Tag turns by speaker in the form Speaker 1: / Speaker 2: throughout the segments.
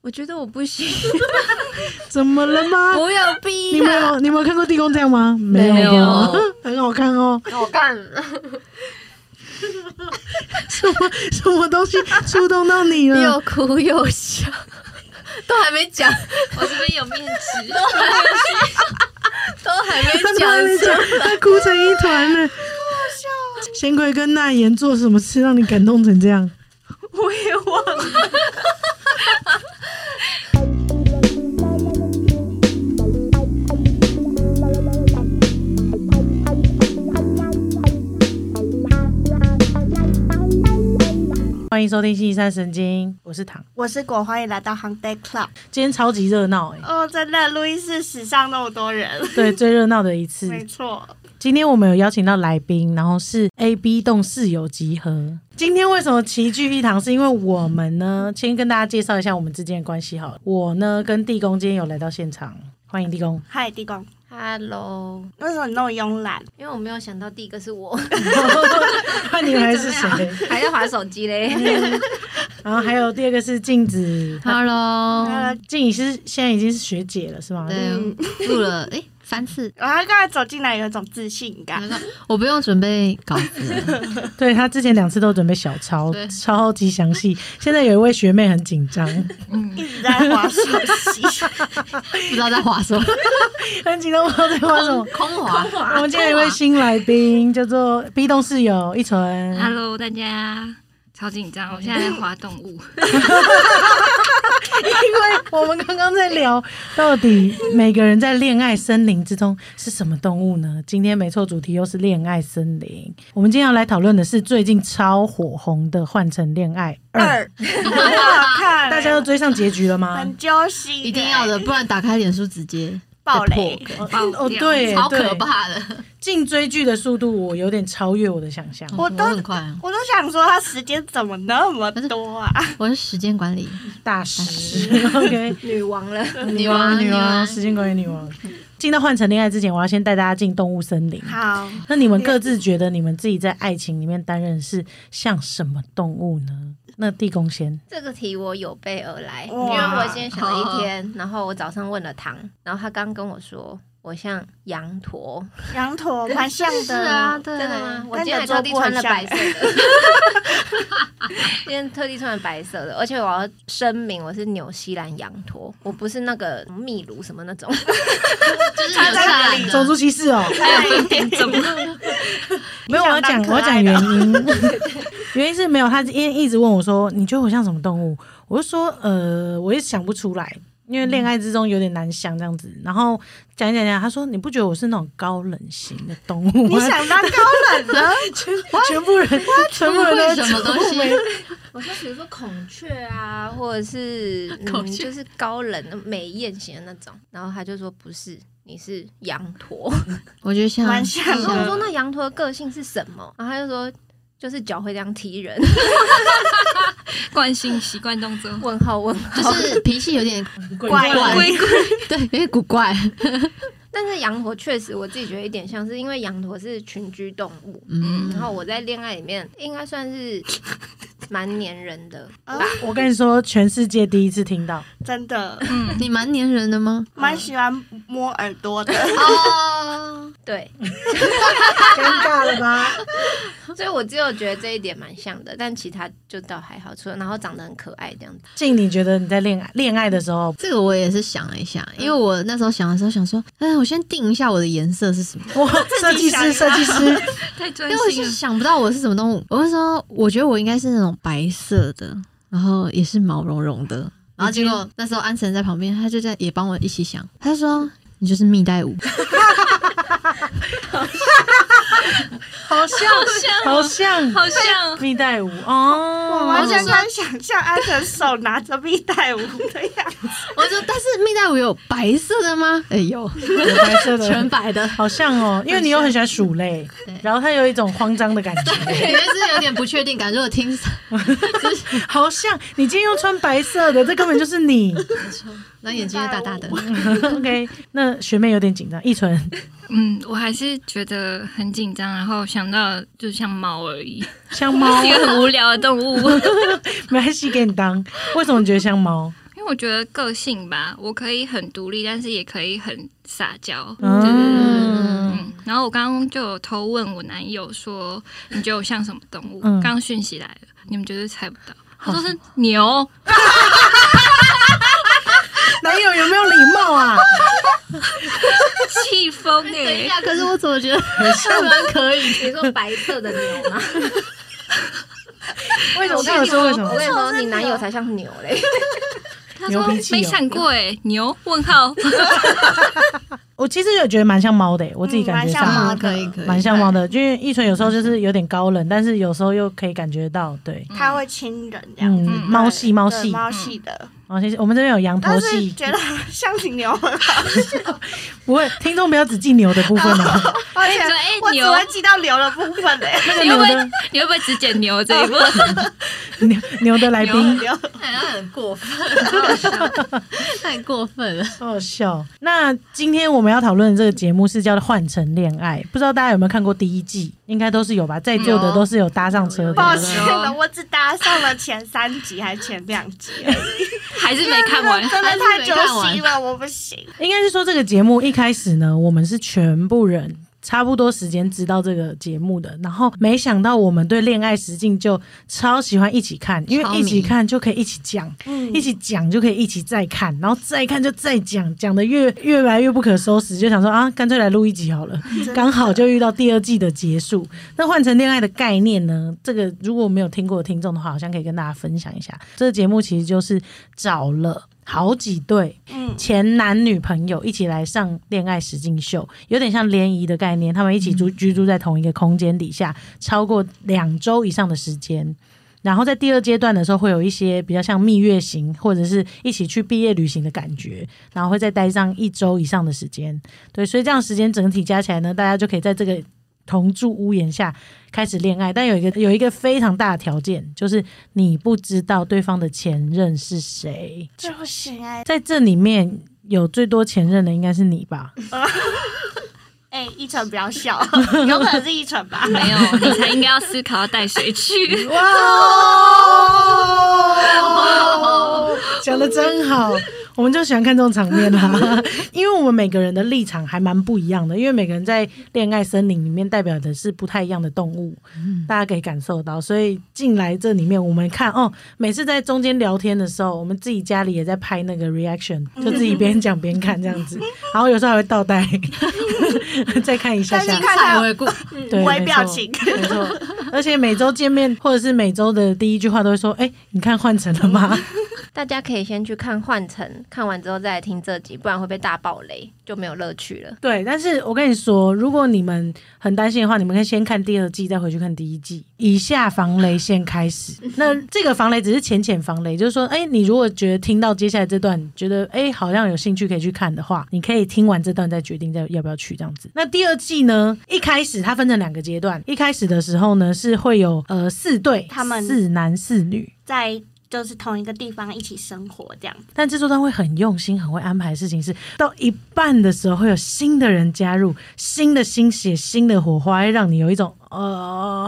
Speaker 1: 我觉得我不行，
Speaker 2: 怎么了吗？
Speaker 1: 不要逼
Speaker 2: 你们
Speaker 1: 他。
Speaker 2: 有你们有看过地公这样吗？没
Speaker 1: 没
Speaker 2: 有
Speaker 1: 有，
Speaker 2: 很好看哦。
Speaker 3: 我干，
Speaker 2: 什么什么东西触动到你了？
Speaker 1: 又哭又笑，都还没讲，
Speaker 3: 我这边有面纸，
Speaker 1: 都还没
Speaker 2: 他
Speaker 1: 讲
Speaker 2: 还没讲，他哭成一团了。贤奎跟那言做什么事让你感动成这样？
Speaker 3: 我也忘了。
Speaker 2: 欢迎收听《星期三神经》，我是唐。
Speaker 4: 我是果，欢迎来到 Hang Day Club。
Speaker 2: 今天超级热闹哎，
Speaker 4: 哦，真的，路易斯史上那么多人，
Speaker 2: 对，最热闹的一次。
Speaker 4: 没错。
Speaker 2: 今天我们有邀请到来宾，然后是 A、B 栋室友集合。今天为什么齐聚一堂？是因为我们呢，先跟大家介绍一下我们之间的关系好了。我呢跟地公今天有来到现场，欢迎地公。
Speaker 4: 嗨，地公，
Speaker 3: Hello，
Speaker 4: 为什么你那么慵懒？
Speaker 3: 因为我没有想到第一个是我，
Speaker 2: 看 你还是谁？
Speaker 3: 还在划手机嘞。
Speaker 2: 然后还有第二个是镜子，
Speaker 4: 呃
Speaker 1: Hello，
Speaker 2: 静怡是现在已经是学姐了是吗？
Speaker 1: 对，录了诶三 次，
Speaker 4: 然后刚才走进来有一种自信感，
Speaker 5: 嗯
Speaker 1: 我不用准备稿子了，
Speaker 2: 对她之前两次都准备小抄，
Speaker 1: 对
Speaker 2: 超级详细。现在有一位学妹很紧 张，
Speaker 4: 一直在滑手机。
Speaker 1: 不知道在划什 么，
Speaker 2: 很紧张，不知道在画什么。
Speaker 1: 空滑。
Speaker 2: 我们今天有一位新来宾，叫做 B 栋室友一纯。
Speaker 5: Hello，大家，超紧
Speaker 2: 嗯
Speaker 5: 张，我现在在滑动物。
Speaker 2: 因为我们刚刚在聊，到底每个人在恋爱森林之中是什么动物呢？今天没错，主题又是恋爱森林。我们今天要来讨论的是最近超火红的《换成恋爱二》，
Speaker 4: 二，很好看，
Speaker 2: 大家都追上结局了吗？
Speaker 4: 很揪心，欸
Speaker 1: 一定要的，不然打开脸书直接
Speaker 4: 爆雷
Speaker 1: 被。破
Speaker 5: 爆
Speaker 2: 哦
Speaker 5: 掉
Speaker 2: 对
Speaker 5: 超
Speaker 2: 对
Speaker 5: 可怕的，
Speaker 2: 进追剧的速度，我有点超越我的想象。
Speaker 4: 我
Speaker 5: 嗯
Speaker 4: 都
Speaker 5: 很快啊，
Speaker 4: 我都想说，他时间怎么那么多啊？
Speaker 5: 我是时间管理，
Speaker 2: 大师 ，OK，
Speaker 3: 女王了，
Speaker 5: 女王
Speaker 2: 女
Speaker 5: 女
Speaker 2: 王，
Speaker 5: 王
Speaker 2: 时间管理女王。进到换成恋爱之前，我要先带大家进动物森林。
Speaker 4: 好，
Speaker 2: 那你们各自觉得你们自己在爱情里面担任是像什么动物呢？那地公先，
Speaker 3: 这个题我有备而来，因
Speaker 4: 哇
Speaker 3: 为我今天想了一天，然后我早上问了唐，然后他刚跟我说我像羊驼，
Speaker 4: 羊驼蛮像的，
Speaker 5: 是啊，，对，
Speaker 3: 嗯真的吗？我
Speaker 4: 但
Speaker 3: 今天还
Speaker 4: 你的
Speaker 3: 特地
Speaker 4: 桌布
Speaker 3: 穿
Speaker 4: 很
Speaker 3: 了白色
Speaker 4: 像
Speaker 3: 的， 今天特地穿了白色的，而且我要声明我是纽西兰羊驼，我不是那个秘鲁什么那种，
Speaker 5: 就是有下来
Speaker 2: 种
Speaker 5: 的，
Speaker 2: 族歧视 哦，
Speaker 5: 还有分点种，
Speaker 2: 没有，我要讲，
Speaker 4: 你
Speaker 2: 我
Speaker 4: 想当可
Speaker 2: 要讲
Speaker 4: 爱的
Speaker 2: 原因，原因是没有，他一一直问我说，你觉得我像什么动物？我就说，呃，我也想不出来，因为恋爱之中有点难想这样子。然后讲一讲讲，他说你不觉得我是那种高冷型的动物
Speaker 4: 你
Speaker 2: 吗？
Speaker 4: 想当高冷的，
Speaker 2: 全部人，全部人
Speaker 5: 会
Speaker 2: 都
Speaker 5: 什么东西？
Speaker 3: 我说比如说孔雀啊，或者 是
Speaker 5: 孔
Speaker 3: 嗯，
Speaker 5: 雀
Speaker 3: 就是高冷的美艳型的那种，然后他就说不是。你是羊驼，嗯
Speaker 5: 我觉得像
Speaker 4: 蛮像
Speaker 3: 然后我
Speaker 4: 的
Speaker 3: 说那羊驼的个性是什么？然后他就说就是脚会这样踢人。
Speaker 5: 惯性习惯动作，
Speaker 3: 问号问号，
Speaker 5: 就是脾气有点
Speaker 4: 怪
Speaker 5: 怪， 对，有点古怪，
Speaker 3: 但是羊驼确实，我自己觉得一点像是，因为羊驼是群居动物，
Speaker 5: 嗯
Speaker 3: 然后我在恋爱里面应该算是蛮粘人的，
Speaker 2: 我跟你说，全世界第一次听到，
Speaker 4: 真的
Speaker 5: 你蛮粘人的吗？
Speaker 4: 蛮喜欢摸耳朵的。
Speaker 5: 哦，
Speaker 3: 对，
Speaker 2: 尴尬了 吧？
Speaker 3: 所以我只有觉得这一点蛮像的，但其他就倒还好，除了然后长得很可爱这样子，
Speaker 2: 静，你觉得你在恋爱恋爱的时候，
Speaker 5: 这个我也是想了一下，因为我那时候想的时候想说，哎，我先定一下我的颜色是什么。
Speaker 2: 我设计师设计师，
Speaker 5: 因为我是想不到我是什么动物，我是说，我觉得我应该是那种白色的，然后也是毛茸茸的。然后结果那时候安晨在旁边，他就在也帮我一起想，他就说你就是蜜袋鼯，
Speaker 2: 好像 好像
Speaker 6: 好像
Speaker 2: 蜜袋鼯
Speaker 4: 我
Speaker 2: 哦，
Speaker 4: 完全能想象安藤手拿着蜜袋鼯的样 子，
Speaker 5: 我就说但是蜜袋鼯有白色的吗？哎、有，
Speaker 2: 有白色
Speaker 5: 全
Speaker 2: 的。
Speaker 5: 白的，
Speaker 2: 好像哦，因为你又很喜欢鼠类
Speaker 5: 对，
Speaker 2: 然后它有一种慌张的感 觉，
Speaker 5: 因为是有点不确定感，如果听
Speaker 2: 好像你今天又穿白色的，这根本就是你。
Speaker 5: 然后眼睛就大 大的，
Speaker 2: OK，那学妹有点紧张，一纯
Speaker 6: 嗯，我还是觉得很紧张，然后想到就像猫而已，
Speaker 2: 像猫
Speaker 6: 一，个很无聊的动物，
Speaker 2: 没关系，给你当。为什么你觉得像猫？
Speaker 6: 因因为我觉得个性吧，我可以很独立，但是也可以很撒娇。
Speaker 2: 嗯
Speaker 6: 对对对对对嗯，然后我刚刚就有偷问我男友说：“你觉得我像什么动物？”
Speaker 2: 嗯
Speaker 6: 刚刚讯息来了，你们绝对猜不到。他说是牛，
Speaker 2: 男友有没有礼貌啊？
Speaker 6: 气疯哎！
Speaker 1: 可是我怎么觉得还蛮可以的？
Speaker 3: 你说白色的牛吗？
Speaker 2: 为什么？
Speaker 3: 我
Speaker 2: 我
Speaker 3: 跟
Speaker 2: 刚有
Speaker 3: 你
Speaker 2: 说
Speaker 3: 说，
Speaker 2: 为什么
Speaker 3: 我？跟你说，你男友
Speaker 2: 哦
Speaker 3: 才像牛嘞。
Speaker 6: 他
Speaker 2: 牛
Speaker 6: 说
Speaker 2: 脾气哦
Speaker 6: 没想过哎，牛？问号。
Speaker 2: 我其实有觉得蛮像猫的欸，我自己感觉
Speaker 4: 嗯蛮像
Speaker 2: 上
Speaker 4: 猫
Speaker 1: 嗯，可以可以，
Speaker 2: 蛮像猫的，因为一纯有时候就是有点高冷，但是有时候又可以感觉到，对，
Speaker 4: 它会亲人这样
Speaker 2: 嗯
Speaker 4: 子。，
Speaker 2: 猫系猫
Speaker 4: 对
Speaker 2: 系嗯
Speaker 4: 猫系的，
Speaker 2: 猫系，我们这边有羊头
Speaker 4: 但是
Speaker 2: 系，
Speaker 4: 觉得像挺牛啊的，
Speaker 2: 不会，听众不要只记牛的部 分哦，
Speaker 4: 而且
Speaker 6: 说哎
Speaker 4: 我只
Speaker 6: 牛
Speaker 4: 会记到牛的部分欸嘞。
Speaker 2: 那个
Speaker 6: 你会
Speaker 2: 牛
Speaker 6: 不会
Speaker 2: 的
Speaker 6: 你会不会只剪牛这 一部？
Speaker 2: 牛牛的来宾，
Speaker 4: 牛
Speaker 5: 哎
Speaker 1: 好像很过分，太过分 了。
Speaker 2: 好好笑。那今天我们要讨论的这个节目是叫《换乘恋爱》，不知道大家有没有看过第一季？应该都是有吧，在座的
Speaker 6: 有
Speaker 2: 都是有搭上车
Speaker 4: 抱
Speaker 2: 的。
Speaker 4: 歉了，我只搭上了前三集还是前两集而 已，
Speaker 6: 还是没看完？
Speaker 4: 真的太揪
Speaker 1: 还是
Speaker 4: 心了，我不行。
Speaker 2: 应该是说这个节目一开始呢，我们是全部人差不多时间知道这个节目的，然后没想到我们对恋爱实境就超喜欢一起看，因
Speaker 1: 超
Speaker 2: 为
Speaker 1: 迷嗯
Speaker 2: 一起看就可以一起讲，一起讲就可以一起再看，然后再看就再讲，讲的越越来越不可收拾，就想说啊，干脆来录一集好了，刚好就遇到第二季的结束。那换成恋爱的概念呢？这个如果没有听过的听众的话，好像可以跟大家分享一下。这个节目其实就是找了好几对
Speaker 4: 嗯，
Speaker 2: 前男女朋友一起来上恋爱实境秀，有点像联谊的概念，他们一起住居住在同一个空间底下，超过两周以上的时间。然后在第二阶段的时候，会有一些比较像蜜月型，或者是一起去毕业旅行的感觉，然后会再待上一周以上的时间。对，所以这样时间整体加起来呢，大家就可以在这个同住屋檐下开始恋爱。但有一个有一个非常大的条件，就是你不知道对方的前任是谁。
Speaker 4: 这不行哎
Speaker 2: 在这里面有最多前任的应该是你吧？
Speaker 4: 哎，一晨不要 笑，有可能是一晨吧。
Speaker 6: 没有，你才应该要思考要带谁去。
Speaker 2: 哦讲的真好，我们就喜欢看这种场面啦，因为我们每个人的立场还蛮不一样的，因为每个人在恋爱森林里面代表的是不太一样的动物，大家可以感受到。所以进来这里面，我们看哦，每次在中间聊天的时候，我们自己家里也在拍那个 reaction，就自己边讲边看这样子，然后有时候还会倒带， 再看一下
Speaker 4: 但是
Speaker 2: 下。
Speaker 4: 看他
Speaker 1: 回顾，
Speaker 2: 对，
Speaker 4: 微
Speaker 2: 没
Speaker 4: 表
Speaker 2: 错
Speaker 4: 情
Speaker 2: 没错。而且每周见面或者是每周的第一句话都会说：“哎、你看换成了吗。
Speaker 3: 大家可以先去看《幻城》，看完之后再来听这集，不然会被大爆雷，就没有乐趣了？”
Speaker 2: 对，但是我跟你说，如果你们很担心的话，你们可以先看第二季，再回去看第一季。以下防雷先开 始。那这个防雷只是浅浅防雷，就是说，哎、你如果觉得听到接下来这段，觉得哎、好像有兴趣可以去看的话，你可以听完这段再决定再要不要去这样子。那第二季呢，一开始它分成两个阶段，一开始的时候呢是会有呃四对，
Speaker 4: 他们
Speaker 2: 四男四女。
Speaker 4: 在就是同一个地方一起生活这样。
Speaker 2: 但制作单位很用心，很会安排的事情是，到一半的时候会有新的人加入，新的心血、新的火花，会让你有一种
Speaker 4: 有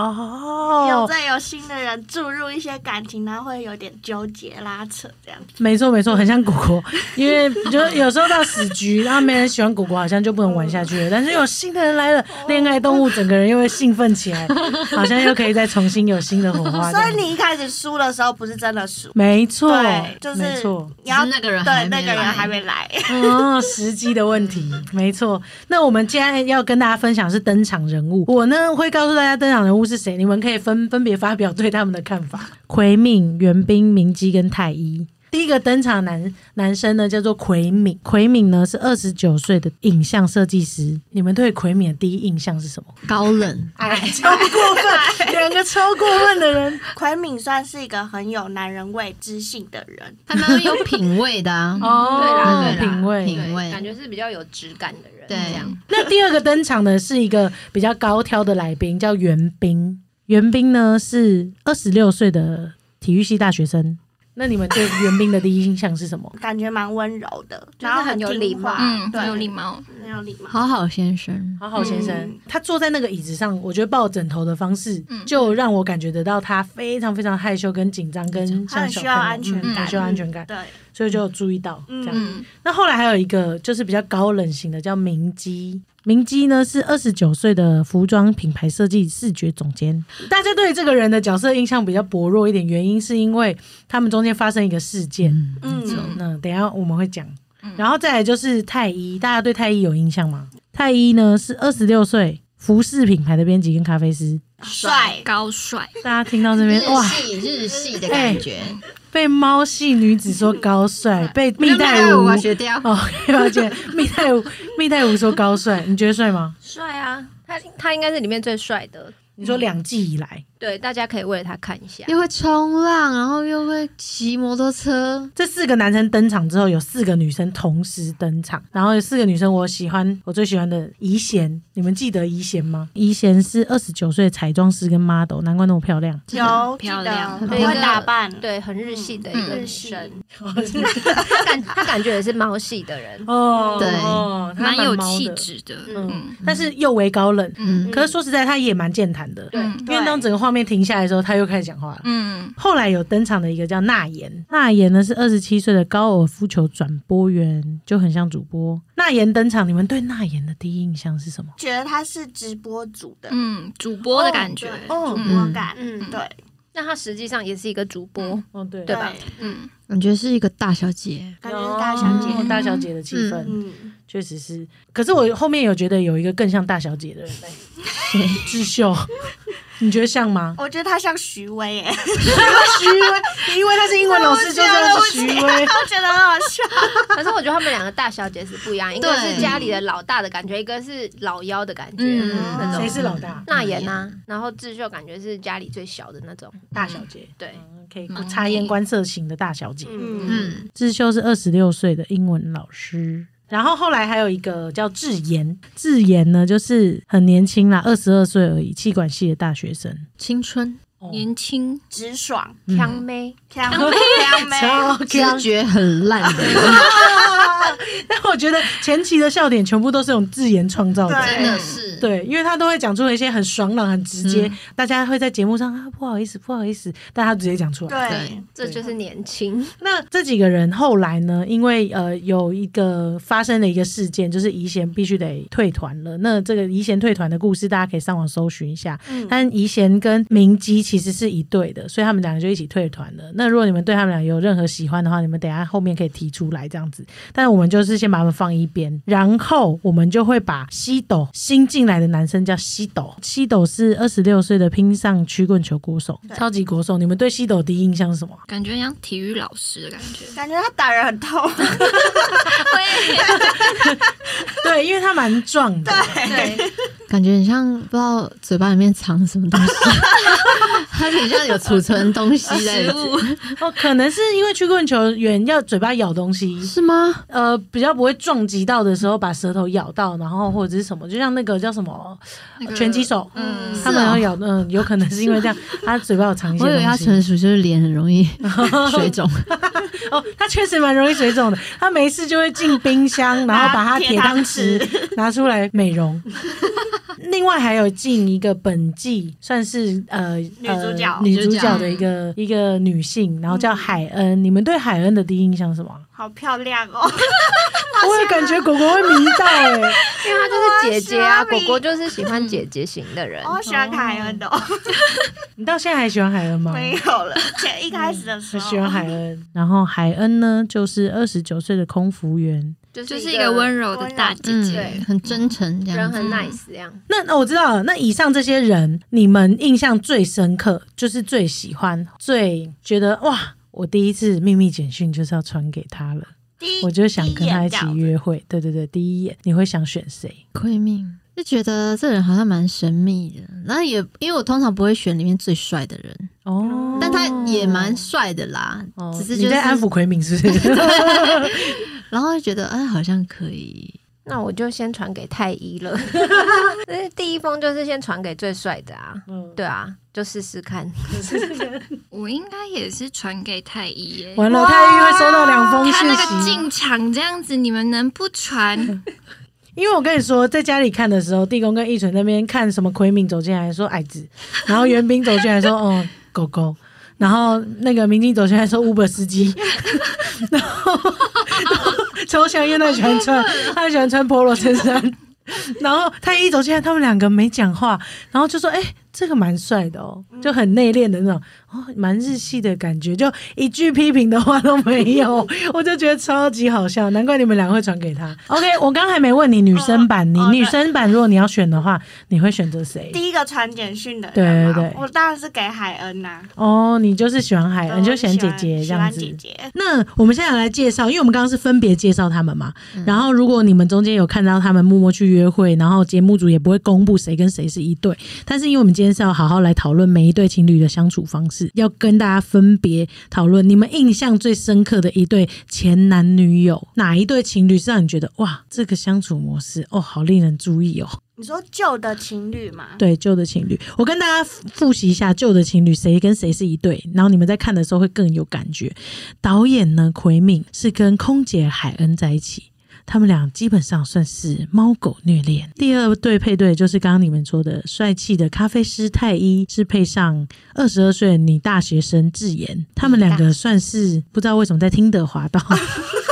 Speaker 2: 哦，
Speaker 4: 在有新的人注入一些感情，然后会有点纠结拉扯这样。
Speaker 2: 没错没错，很像果果，因为就有时候到死局，然后没人喜欢果果，好像就不能玩下去了。但是有新的人来了，恋爱动物整个人又会兴奋起来，好像又可以再重新有新的火花 这
Speaker 4: 所
Speaker 2: 样。
Speaker 4: 以你一开始输的时候不是真的输，
Speaker 2: 没错
Speaker 4: 对，，就是
Speaker 2: 没错，
Speaker 4: 你要
Speaker 1: 只是那个人
Speaker 4: 对
Speaker 1: 还没
Speaker 4: 那个人
Speaker 1: 来
Speaker 4: 还没来，
Speaker 2: 哦，时机的问题，没错。那我们现在要跟大家分享是登场人物，我呢会告诉大家登场人物是谁，你们可以分分别发表对他们的看法。奎敏、袁冰、明基跟太一。第一个登场男男生呢叫做奎敏，奎敏呢是二十九岁的影像设计师。你们对奎敏的第一印象是什么？
Speaker 1: 高冷，
Speaker 2: 哎，超过分，两个超过分的人。
Speaker 4: 奎敏算是一个很有男人味、知性的人，
Speaker 1: 还蛮有品味 的啊。
Speaker 2: 哦
Speaker 3: 对啦对啦
Speaker 2: 品味，
Speaker 1: 品
Speaker 3: 对
Speaker 1: 味
Speaker 3: 感觉是比较有质感的人，
Speaker 1: 对
Speaker 3: 这样
Speaker 2: 那第二个登场的是一个比较高挑的来宾，叫袁冰。袁冰呢是二十六岁的体育系大学生。那你们对袁冰的第一印象是 什么？
Speaker 4: 感觉蛮温柔的，然后
Speaker 3: 很有
Speaker 4: 听
Speaker 3: 礼貌
Speaker 4: 话
Speaker 6: 嗯，
Speaker 4: 对，
Speaker 6: 很有礼，貌，
Speaker 4: 很有礼貌。
Speaker 5: 好好先生，
Speaker 2: 好好先生，
Speaker 4: 嗯
Speaker 2: 他坐在那个椅子上，我觉得抱枕头的方式，
Speaker 6: 嗯
Speaker 2: 就让我感觉得到他非常非常害羞跟紧张，跟
Speaker 4: 他
Speaker 2: 像
Speaker 4: 很
Speaker 2: 小
Speaker 4: 需
Speaker 2: 朋
Speaker 4: 要
Speaker 2: 友
Speaker 4: 安全感，
Speaker 2: 嗯很需要安全感，
Speaker 4: 对，
Speaker 2: 所以就有注意到这样。
Speaker 6: 嗯
Speaker 2: 那后来还有一个就是比较高冷型的，叫明基。明基呢是二十九岁的服装品牌设计视觉总监。大家对这个人的角色印象比较薄弱一点，原因是因为他们中间发生一个事件。
Speaker 4: 嗯，
Speaker 2: 那等一下我们会讲
Speaker 6: 嗯。
Speaker 2: 然后再来就是太一，大家对太一有印象吗？太一呢是二十六岁，服饰品牌的编辑跟咖啡师。
Speaker 4: 帅，
Speaker 6: 高帅，
Speaker 2: 大家听到这 边哇，
Speaker 5: 系日系的
Speaker 2: 感
Speaker 5: 觉，
Speaker 2: 被猫系女子说高帅，被
Speaker 5: 蜜
Speaker 2: 蜜袋鼯
Speaker 5: 我学掉。
Speaker 2: 哦，了解。蜜袋鼯，蜜袋鼯说高帅，你觉得帅吗？
Speaker 3: 帅啊，他他应该是里面最帅的，
Speaker 2: 你说两季以来，
Speaker 3: 对，大家可以为了他看一下。
Speaker 5: 又会冲浪，然后又会骑摩托车，
Speaker 2: 这四个男生登场之后，有四个女生同时登场，然后有四个女生，我喜欢，我最喜欢的怡贤，你们记得怡贤吗？怡贤是二十九岁的彩妆师跟 model，难怪那么漂亮。
Speaker 4: 有记
Speaker 6: 漂
Speaker 4: 得
Speaker 6: 亮
Speaker 4: 很
Speaker 3: 对一
Speaker 4: 会
Speaker 3: 个
Speaker 4: 打扮，，
Speaker 3: 对，很日系的一个女生， 他感他感觉也是猫系的人，
Speaker 2: 哦，
Speaker 5: 对
Speaker 2: 哦她
Speaker 6: 蛮有
Speaker 2: 猫的
Speaker 6: 气质的，嗯
Speaker 2: 但是又为高冷。
Speaker 6: 嗯
Speaker 2: 可是说实在，他也蛮健谈的，
Speaker 4: 对
Speaker 6: 嗯
Speaker 2: 因为当整个画面停下来的时候，他又开始讲话了。
Speaker 6: 嗯
Speaker 2: 后来有登场的一个叫纳言，纳言呢是二十七岁的高尔夫球转播员，就很像主播。纳言登场，你们对纳言的第一印象是什么？
Speaker 4: 觉得他是直播主的
Speaker 6: 嗯，主播的感觉
Speaker 4: 哦，对
Speaker 2: 哦
Speaker 4: 主播
Speaker 5: 嗯
Speaker 4: 感，
Speaker 3: 嗯
Speaker 4: 对
Speaker 3: 那他实际上也是一个主播，
Speaker 2: 哦，对
Speaker 3: 对吧？
Speaker 6: 嗯
Speaker 5: 感觉是一个大小姐。
Speaker 4: 感觉是大小姐，
Speaker 2: 哦大小姐的气氛、
Speaker 4: 嗯，
Speaker 2: 确实是。可是我后面有觉得有一个更像大小姐的人，智秀， 你觉得像吗？
Speaker 4: 我觉得他像徐欸薇耶，
Speaker 2: 徐薇，因为他是英文老师，就叫她徐
Speaker 4: 我
Speaker 2: 薇。
Speaker 4: 觉得很好笑，
Speaker 3: 可是我觉得他们两个大小姐是不一样，一个是家里的老大的感觉，一个是老幺的感觉，
Speaker 6: 嗯
Speaker 3: 那
Speaker 2: 谁
Speaker 3: 种
Speaker 2: 是老大？
Speaker 3: 那言啊，然后智秀感觉是家里最小的那种，
Speaker 2: 大小姐，
Speaker 3: 对，
Speaker 2: 嗯可以察言观色型的大小姐。
Speaker 4: 嗯，
Speaker 5: 嗯，
Speaker 2: 智秀是二十六岁的英文老师。然后后来还有一个叫智妍，智妍呢就是很年轻啦，二十二岁而已，气管系的大学生，
Speaker 5: 青春
Speaker 6: 年轻，
Speaker 4: 直爽，
Speaker 3: 强妹，
Speaker 4: 强 强
Speaker 2: 嗯 超
Speaker 4: 妹，
Speaker 5: 知
Speaker 2: Q。
Speaker 5: 觉很烂的人，
Speaker 2: 但我觉得前期的笑点全部都是用智妍创造的。
Speaker 4: 对真的
Speaker 5: 是
Speaker 3: 嗯
Speaker 5: 对，
Speaker 2: 对，因为他都会讲出一些很爽朗、很直接，大家会在节目上啊不好意思，不好意思，但他直接讲出来。
Speaker 4: 对，
Speaker 3: 这就是年轻，
Speaker 2: 那这几个人后来呢？因为呃有一个发生的一个事件，就是怡贤必须得退团了。那这个怡贤退团的故事，大家可以上网搜寻一下。
Speaker 4: 嗯
Speaker 2: 但怡贤跟明基其实是一对的，所以他们两个就一起退团了。那如果你们对他们俩有任何喜欢的话，你们等一下后面可以提出来这样子。但我们就是先把他们放一边，然后我们就会把西斗新进来的男生叫西斗，西斗是二十六岁的拼上曲棍球国手，超级国手。你们对西斗第一印象是什么？
Speaker 6: 感觉像体育老师的感觉，
Speaker 4: 感觉他打人很 痛，
Speaker 2: 对，因为他蛮壮的。
Speaker 3: 对，
Speaker 5: 感觉很像不知道嘴巴里面藏什么东 西，它很像有储存东西在
Speaker 6: 食
Speaker 5: 里面，
Speaker 6: 物，
Speaker 2: 哦，可能是因为曲棍球员要嘴巴咬东西，
Speaker 5: 是吗？
Speaker 2: 呃，比较不会撞击到的时候把舌头咬到，然后或者是什么，就像那个叫什么
Speaker 6: 那个
Speaker 2: 拳击，手，
Speaker 6: 嗯，
Speaker 2: 他们要咬，嗯、有可能是因为这样，他嘴巴有藏一些
Speaker 5: 我以为它
Speaker 2: 东
Speaker 5: 成
Speaker 2: 西。
Speaker 5: 熟就是脸很 容易水肿，
Speaker 2: 哦，他确实蛮容易水肿的，他没事就会进冰箱，然后把他铁汤匙拿出来美容。另外还有进一个本季算是呃
Speaker 4: 女主角
Speaker 2: 呃、女主
Speaker 5: 女主
Speaker 2: 角
Speaker 5: 角
Speaker 2: 的一个一个女性，然后叫海恩。你们对海恩的第一印象是什么？
Speaker 4: 好漂亮哦，
Speaker 2: 我也感觉果果会迷到哎、
Speaker 3: 因为她就是姐姐啊，
Speaker 4: 哇虾
Speaker 3: 果
Speaker 4: 米
Speaker 3: 果就是喜欢姐姐型的人
Speaker 4: 我，好喜欢凯恩哦，
Speaker 2: 你到现在还喜欢海恩吗？
Speaker 4: 没有了，前一开始的时
Speaker 2: 很
Speaker 4: 候，
Speaker 2: 嗯喜欢海恩。然后海恩呢，就是二十九岁的空服员。
Speaker 3: 就
Speaker 6: 就是是一个温柔的大姐
Speaker 5: 嗯
Speaker 6: 姐，，
Speaker 5: 很真诚这
Speaker 3: 人
Speaker 5: 样子，
Speaker 3: 很 nice 这样，
Speaker 2: 那哦那我知道了。那以上这些人，你们印象最深刻，就是最喜欢、最觉得哇，我第一次秘密简讯就是要传给他了，
Speaker 4: 第一，
Speaker 2: 我就想跟他一
Speaker 4: 第
Speaker 2: 起
Speaker 4: 眼
Speaker 2: 约会。对对对，第一眼你会想选谁？
Speaker 5: 亏命，就觉得这人好像蛮神秘的。那也因为我通常不会选里面最帅的人，
Speaker 2: 哦，
Speaker 5: 但他也蛮帅的啦，
Speaker 2: 哦。
Speaker 5: 只是
Speaker 2: 你
Speaker 5: 就是
Speaker 2: 在安抚奎敏是不是？
Speaker 5: 然后就觉得哎，好像可以
Speaker 3: 那我就先传给太医了。 那第一封就是先传给最帅的啊，
Speaker 2: 嗯，
Speaker 3: 对啊，就试试看。
Speaker 6: 我应该也是传给太医耶、
Speaker 2: 完了，太医会收到两封
Speaker 6: 他
Speaker 2: 讯
Speaker 6: 那个
Speaker 2: 息。
Speaker 6: 进场这样子，你们能不传？
Speaker 2: 因为我跟你说，在家里看的时候，地公跟义纯那边看什么奎敏走进来说矮子，然后袁兵走进来说嗯狗狗，然后那个民警走进来说 Uber 司机， 然后然后周祥燕他喜欢穿，他喜欢穿 polo 衬衫。然后太医走进来，他们两个没讲话，然后就说：“哎、这个蛮帅的哦，
Speaker 4: 嗯
Speaker 2: 就很内敛的那种，哦，蛮日系的感觉，就一句批评的话都没有， 我就觉得超级好笑，难怪你们两个会传给他。OK，我刚还没问你女生版，你
Speaker 4: 哦
Speaker 2: 女生版如果你要选的话，你会选择谁？
Speaker 4: 第一个传简讯的人
Speaker 2: 对
Speaker 4: 嘛，
Speaker 2: 对对
Speaker 4: 我当然是给海恩呐、
Speaker 2: 哦，你就是喜欢海
Speaker 4: 对
Speaker 2: 恩，你就喜欢姐姐
Speaker 4: 嗯喜
Speaker 2: 这
Speaker 4: 欢
Speaker 2: 样
Speaker 4: 喜欢姐
Speaker 2: 子。
Speaker 4: 姐，
Speaker 2: 那我们现在来介绍，因为我们刚刚是分别介绍他们嘛。
Speaker 4: 嗯
Speaker 2: 然后，如果你们中间有看到他们默默去约会，然后节目组也不会公布谁跟谁是一对。但是，因为我们今天是要好好来讨论每一对情侣的相处方式，要跟大家分别讨论你们印象最深刻的一对前男女友，哪一对情侣是让你觉得哇，这个相处模式哦，好令人注意哦。
Speaker 4: 你说旧的情侣嘛？
Speaker 2: 对，旧的情侣，我跟大家复复习一下旧的情侣谁跟谁是一对，然后你们在看的时候会更有感觉。导演呢，奎敏是跟空姐海恩在一起。他们俩基本上算是猫狗虐恋。第二对配对就是刚刚你们说的帅气的咖啡师太一，是配上二十二岁的女大学生智妍，他们两个算是不知道为什么在听的滑到，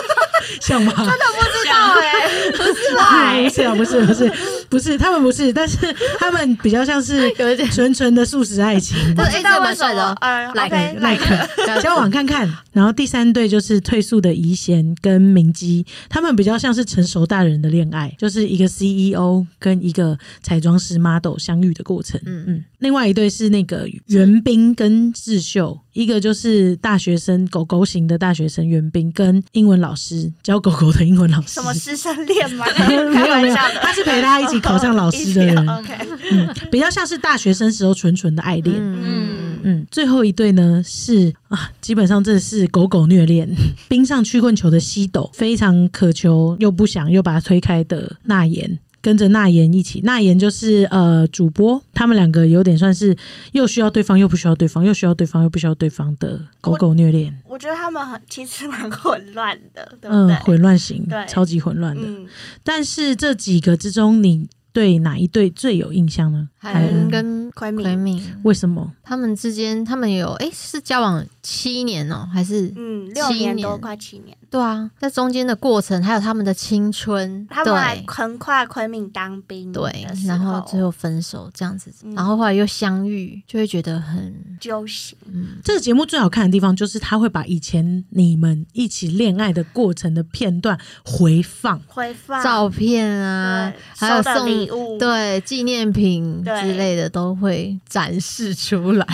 Speaker 2: 像吗？
Speaker 4: 知 道哎、
Speaker 2: 不 是啊，不是，不是，不是，他们不是，但是他们比较像是
Speaker 5: 有一点
Speaker 2: 纯纯的素食 爱情。
Speaker 5: 不
Speaker 4: 不
Speaker 5: 是
Speaker 4: 知
Speaker 5: 哎，
Speaker 4: 道
Speaker 5: 这
Speaker 4: 为
Speaker 5: 蛮
Speaker 4: 什
Speaker 5: 帅的
Speaker 4: 么
Speaker 5: 哦，。
Speaker 4: 呃
Speaker 5: 来
Speaker 4: ，OK，
Speaker 2: 赖
Speaker 4: 那
Speaker 2: 克，交往看看。然后第三对就是退宿的怡贤跟明基，他们比较像是成熟大人的恋爱，就是一个 CEO 跟一个彩妆师 model 相遇的过程。嗯
Speaker 5: 嗯
Speaker 2: 嗯。另外一对是那个袁冰跟智秀，一个就是大学生狗狗型的大学生袁冰，跟英文老师教狗狗的英文老师。
Speaker 4: 什么师生恋吗？
Speaker 2: 没有
Speaker 4: 开玩笑的，哦
Speaker 2: 他是陪他一起考上老 师的人
Speaker 4: OK，
Speaker 2: 嗯，比较像是大学生时候纯纯的爱恋。嗯
Speaker 5: 嗯，
Speaker 2: 最后一对呢是啊，基本上这是狗狗虐恋， 冰上曲棍球的西斗，非常渴求又不想又把他推开的那言，跟着那言一起，那言就是呃主播，他们两个有点算是又需要对方又不需要对方，又需要对方又不需要对方的狗狗虐恋，
Speaker 4: 我觉得他们很其实蛮混乱的，对不
Speaker 2: 嗯
Speaker 4: 对，？
Speaker 2: 混乱型
Speaker 4: 对，
Speaker 2: 超级混乱的。
Speaker 4: 嗯，
Speaker 2: 但是这几个之中，你对哪一对最有印象呢？
Speaker 5: 海恩跟
Speaker 4: 奎
Speaker 5: 奎
Speaker 4: 敏，
Speaker 5: 敏，
Speaker 2: 为什么？
Speaker 5: 他们之间他们有哎、是交往七年哦、还是
Speaker 4: 嗯，六
Speaker 5: 七
Speaker 4: 年多，
Speaker 5: 年
Speaker 4: 快七年，
Speaker 5: 对啊，在中间的过程还有他们的青春，
Speaker 4: 他们还
Speaker 5: 对
Speaker 4: 横跨奎敏当兵的
Speaker 5: 对，
Speaker 4: 时
Speaker 5: 然后
Speaker 4: 候
Speaker 5: 最后分手这样子，
Speaker 4: 嗯
Speaker 5: 然后后来又相遇，就会觉得很
Speaker 4: 揪心，
Speaker 5: 嗯，
Speaker 2: 这个节目最好看的地方就是他会把以前你们一起恋爱的过程的片段回放。
Speaker 4: 回放
Speaker 5: 照片
Speaker 4: 对
Speaker 5: 啊，还
Speaker 4: 收
Speaker 5: 有
Speaker 4: 的礼
Speaker 5: 送。
Speaker 4: 物，
Speaker 5: 对纪念品
Speaker 4: 对
Speaker 5: 之类的都会展示出 来，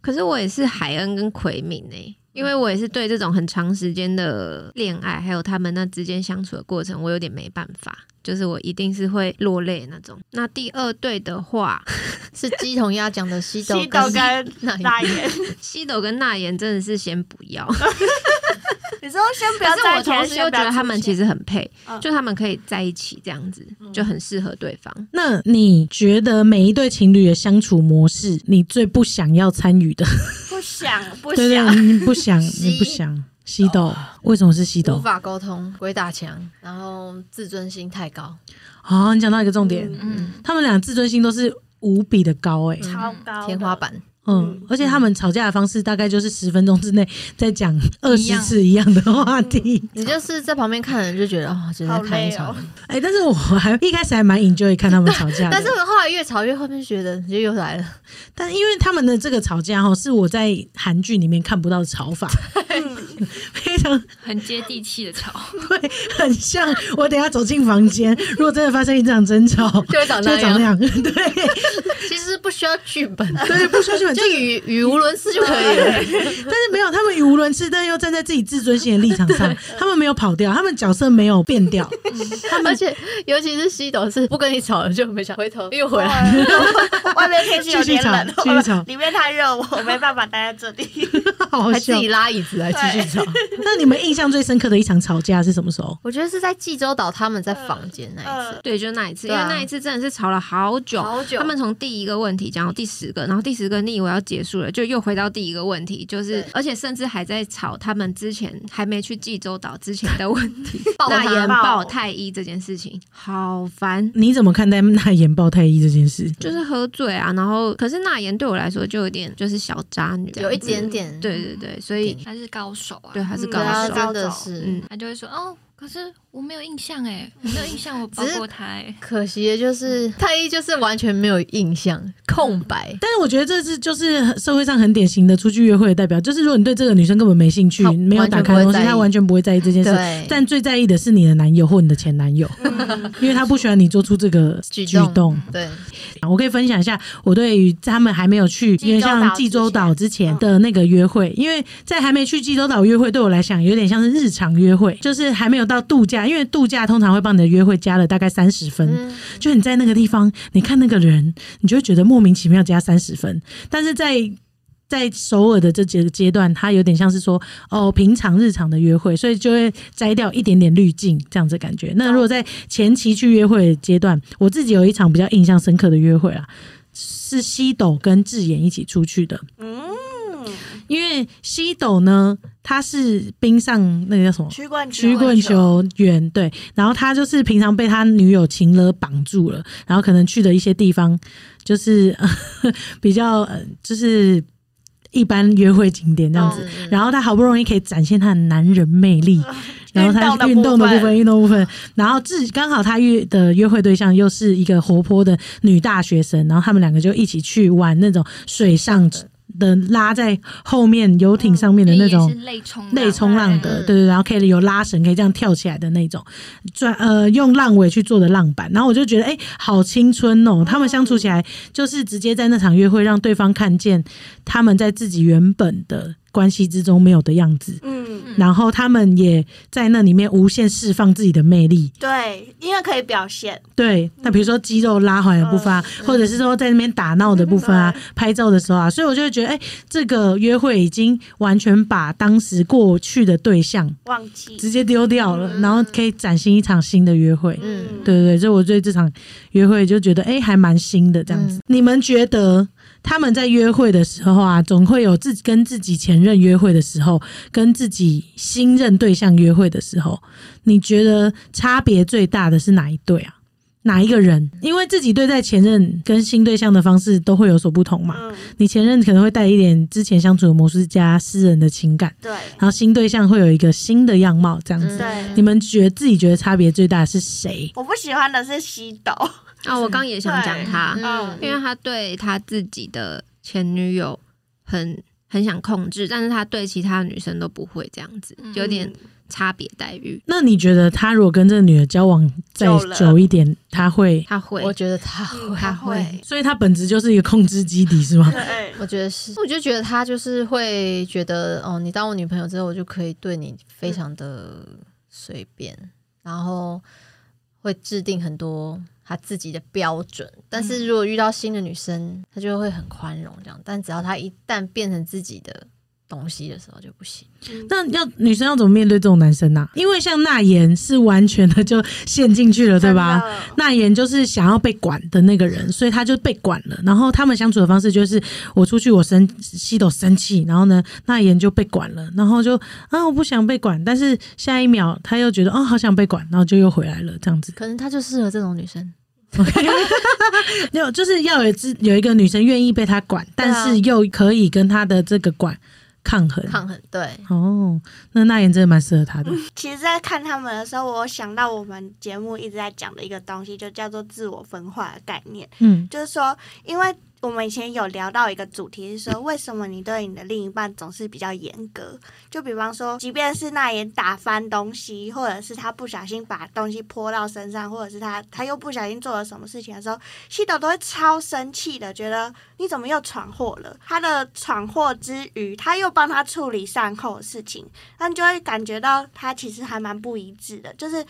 Speaker 3: 可是我也是海恩跟奎敏呢、因为我也是对这种很长时间的恋爱，还有他们那之间相处的过程，我有点没办法，就是我一定是会落泪那种。那第二对的话，
Speaker 5: 是鸡同鸭讲 的西斗
Speaker 4: 西斗跟
Speaker 5: 那一
Speaker 4: 大眼，
Speaker 3: 西斗跟那言真的是先不要，
Speaker 4: 你说先 不
Speaker 3: 可
Speaker 4: 要
Speaker 3: 是
Speaker 4: 在
Speaker 3: 我
Speaker 4: 一起，
Speaker 3: 同时又觉得他们其
Speaker 4: 实
Speaker 3: 实很配
Speaker 4: 嗯，
Speaker 3: 就他们可以在一起这样子，就很适合对方。
Speaker 2: 那你觉得每一对情侣的相处模式，你最不想要参与的？
Speaker 4: 不想不
Speaker 2: 对
Speaker 4: 想，
Speaker 2: 对，你不想，
Speaker 5: 西
Speaker 2: 你不想。西斗为什么是西
Speaker 5: 无
Speaker 2: 斗？
Speaker 5: 法沟通，鬼打墙，然后自尊心太高，
Speaker 2: 好、哦你讲到一个重点，
Speaker 6: 嗯，
Speaker 2: 他们俩自尊心都是无比的高哎、欸
Speaker 4: 超高的
Speaker 5: 天花，板。
Speaker 2: 嗯
Speaker 4: 嗯，
Speaker 2: 而且他们吵架的方式大概就是十分钟之内在讲二
Speaker 6: 一
Speaker 2: 十
Speaker 6: 样
Speaker 2: 次一样的话题。
Speaker 5: 你就是在旁边看人就觉得哦，就是在
Speaker 4: 好
Speaker 5: 看一
Speaker 4: 累
Speaker 5: 场
Speaker 4: 哦，
Speaker 2: 哎、但是我还一开始还蛮 enjoy 看他们吵 架的，
Speaker 5: 但是后来越吵越后面觉得就又来了，
Speaker 2: 但因为他们的这个吵架哈，是我在韩剧里面看不到的吵法，
Speaker 5: 嗯
Speaker 2: 非常
Speaker 6: 很接地气的吵，
Speaker 2: 对，很像我等一下走进 房间，如果真的发生一场争吵，
Speaker 5: 就会长
Speaker 2: 就
Speaker 5: 那
Speaker 2: 长那
Speaker 5: 样。
Speaker 2: 样， 对
Speaker 5: 其实不需要剧本，
Speaker 2: 对，不需要去本，
Speaker 5: 啊 就语语无伦次就可以了。
Speaker 2: 但是没有他们语无伦次，但又站在自己自尊心的立场上，他们没有跑掉，他们角色没有变掉，
Speaker 5: 而且尤其是西斗是不跟你吵了就没想回头哦又回来，
Speaker 4: 对 外面天气有点冷
Speaker 2: 继续吵，
Speaker 4: 里面太热，我我没办法待在这里。
Speaker 2: 好
Speaker 5: 还自
Speaker 2: 笑。
Speaker 5: 己拉椅 子来继续吵。
Speaker 2: 那你们印象最深刻的一场吵架是什么时候？
Speaker 5: 我觉得是在济州岛他们在房间那一次，
Speaker 4: 嗯，
Speaker 3: 对，就那一次，因
Speaker 5: 对
Speaker 3: 为
Speaker 5: 啊
Speaker 3: 那一次真的是吵了好久，
Speaker 5: 好久
Speaker 3: 他们从第一个问题讲到第十个，然后第十个你以为要结束了，就又回到第一个问题，就是
Speaker 5: 对
Speaker 3: 而且甚至还在吵他们之前还没去济州岛之前的问题，
Speaker 5: 爆
Speaker 3: 那
Speaker 5: 他
Speaker 3: 研
Speaker 4: 爆
Speaker 3: 报太医这件事情，好烦。
Speaker 2: 你怎么看待那研爆太医这件事？
Speaker 3: 就是喝醉啊，然后可是那言对我来说就有点就是小渣女，
Speaker 5: 有一点，点，
Speaker 3: 对对对，所以
Speaker 6: 他是高手啊，
Speaker 3: 对还是
Speaker 4: 嗯
Speaker 3: 高
Speaker 5: 对啊，
Speaker 3: 手，
Speaker 5: 真的是。
Speaker 3: 嗯，
Speaker 6: 他就会说哦，可是我没有印象哎，我没有印象，我抱
Speaker 5: 只是
Speaker 6: 过他哎，
Speaker 5: 可惜的就是太一就是完全没有印象，空白。
Speaker 2: 但是我觉得这是就是社会上很典型的出去约会的代表，就是如果你对这个女生根本没兴趣，
Speaker 5: 她
Speaker 2: 没有打开的东西，
Speaker 5: 完全不会在意
Speaker 2: 她完全不会在意这件事。
Speaker 5: 对，
Speaker 2: 但最在意的是你的男友或你的前男 友，因为他不喜欢你做出这个
Speaker 5: 举
Speaker 2: 举
Speaker 5: 动
Speaker 2: 动。
Speaker 5: 对，
Speaker 2: 我可以分享一下我对于他们还没有去，有点像济州岛之前嗯的那个约会，因为在还没去济州岛约会，对我来讲有点像是日常约会，就是还没有到度假，因为度假通常会帮你的约会加了大概三十分，
Speaker 5: 嗯，
Speaker 2: 就你在那个地方，你看那个人，你就会觉得莫名其妙加三十分，但是在。在首尔的这几个阶段，它有点像是说哦，平常日常的约会，所以就会摘掉一点点滤镜这样子的感觉。那如果在前期去约会的阶段，我自己有一场比较印象深刻的约会啊，是西斗跟智妍一起出去的。
Speaker 4: 嗯，
Speaker 2: 因为西斗呢，他是冰上那个叫什么
Speaker 4: 曲棍球
Speaker 2: 曲棍，球员对，然后他就是平常被他女友情勒绑住了，然后可能去的一些地方就是、 比较、呃、就是一般约会景点这样
Speaker 4: 嗯
Speaker 2: 子，然后他好不容易可以展现他的男人魅力，然后他运
Speaker 4: 运动
Speaker 2: 动的
Speaker 4: 的部分
Speaker 2: 部分运动部分，然后至刚好他约的约会对象又是一个活泼的女大学生，然后他们两个就一起去玩那种水上的拉在后面游艇上面的
Speaker 6: 因为
Speaker 2: 那
Speaker 6: 也
Speaker 2: 种
Speaker 6: 是类冲浪
Speaker 2: 类冲浪的，
Speaker 5: 嗯
Speaker 2: 对对，然后可以有拉绳，可以这样跳起来的那种，转呃用浪尾去做的浪板，然后我就觉得哎、好青春哦！他们相处起来就是直接在那场约会让对方看见他们在自己原本的关系之中没有的样子，
Speaker 4: 嗯，
Speaker 2: 然后他们也在那里面无限释放自己的魅力。
Speaker 4: 对，因为可以表现，
Speaker 2: 对，那比如说肌肉拉环的部分啊，或者是说在那边打闹的部分啊，拍照的时候啊，所以我就会觉得，哎、这个约会已经完全把当时过去的对象
Speaker 4: 忘记，
Speaker 2: 直接丢掉了，然后可以崭新一场新的约会。
Speaker 5: 嗯
Speaker 2: 对对对，这我对这场约会就觉得，哎、还蛮新的这样子。你们觉得他们在约会的时候啊，总会有自己跟自己前任约会的时候，跟自己新任对象约会的时候，你觉得差别最大的是哪一对啊？哪一个人？因为自己对待前任跟新对象的方式都会有所不同嘛。
Speaker 4: 嗯，
Speaker 2: 你前任可能会带一点之前相处的模式加私人的情感，
Speaker 4: 对，
Speaker 2: 然后新对象会有一个新的样貌，这样子。
Speaker 4: 对
Speaker 5: 嗯
Speaker 2: 你们觉得自己觉得差别最大的是谁？
Speaker 4: 我不喜欢的是西斗，
Speaker 3: 啊，我刚也想讲他，
Speaker 5: 嗯
Speaker 3: 因为他对他自己的前女友很很想控制，但是他对其他女生都不会这样子，有点差别待遇。
Speaker 2: 那你觉得他如果跟这个女的交往再
Speaker 4: 久了
Speaker 2: 久一点，他会？
Speaker 3: 他会，
Speaker 5: 我觉得他会，
Speaker 3: 他会，
Speaker 2: 所以他本质就是一个控制基底，是 吗？
Speaker 4: 对，
Speaker 5: 我觉得是，我就觉得他就是会觉得，哦，你当我女朋友之后，我就可以对你非常的随便，然后会制定很多他自己的标准。但是如果遇到新的女生，他就会很宽容这样。但只要他一旦变成自己的东西的时候，就不行。
Speaker 2: 那要女生要怎么面对这种男生呢、因为像那言是完全的就陷进去了，对吧？
Speaker 4: 真的？
Speaker 2: 那言就是想要被管的那个人，所以他就被管了。然后他们相处的方式就是，我出去我生西斗生气，然后呢，那言就被管了，然后就啊我不想被管，但是下一秒他又觉得哦好想被管，然后就又回来了，这样子。
Speaker 5: 可能他就适合这种女生。
Speaker 2: 没有，就是要有只有一个女生愿意被他管，但是又可以跟他的这个管啊抗衡。
Speaker 5: 抗衡，对，
Speaker 2: 哦，那那言真的蛮适合他 的。
Speaker 4: 其实，在看他们的时候，我想到我们节目一直在讲的一个东西，就叫做自我分化的概念。
Speaker 2: 嗯
Speaker 4: 就是说，因为我们以前有聊到一个主题是说，为什么你对你的另一半总是比较严格？就比方说，即便是那也打翻东西，或者是他不小心把东西泼到身上，或者是他他又不小心做了什么事情的时候，西斗都会超生气的，觉得你怎么又闯祸了？他的闯祸之余，他又帮他处理善后的事情，那你就会感觉到他其实还蛮不一致的，就是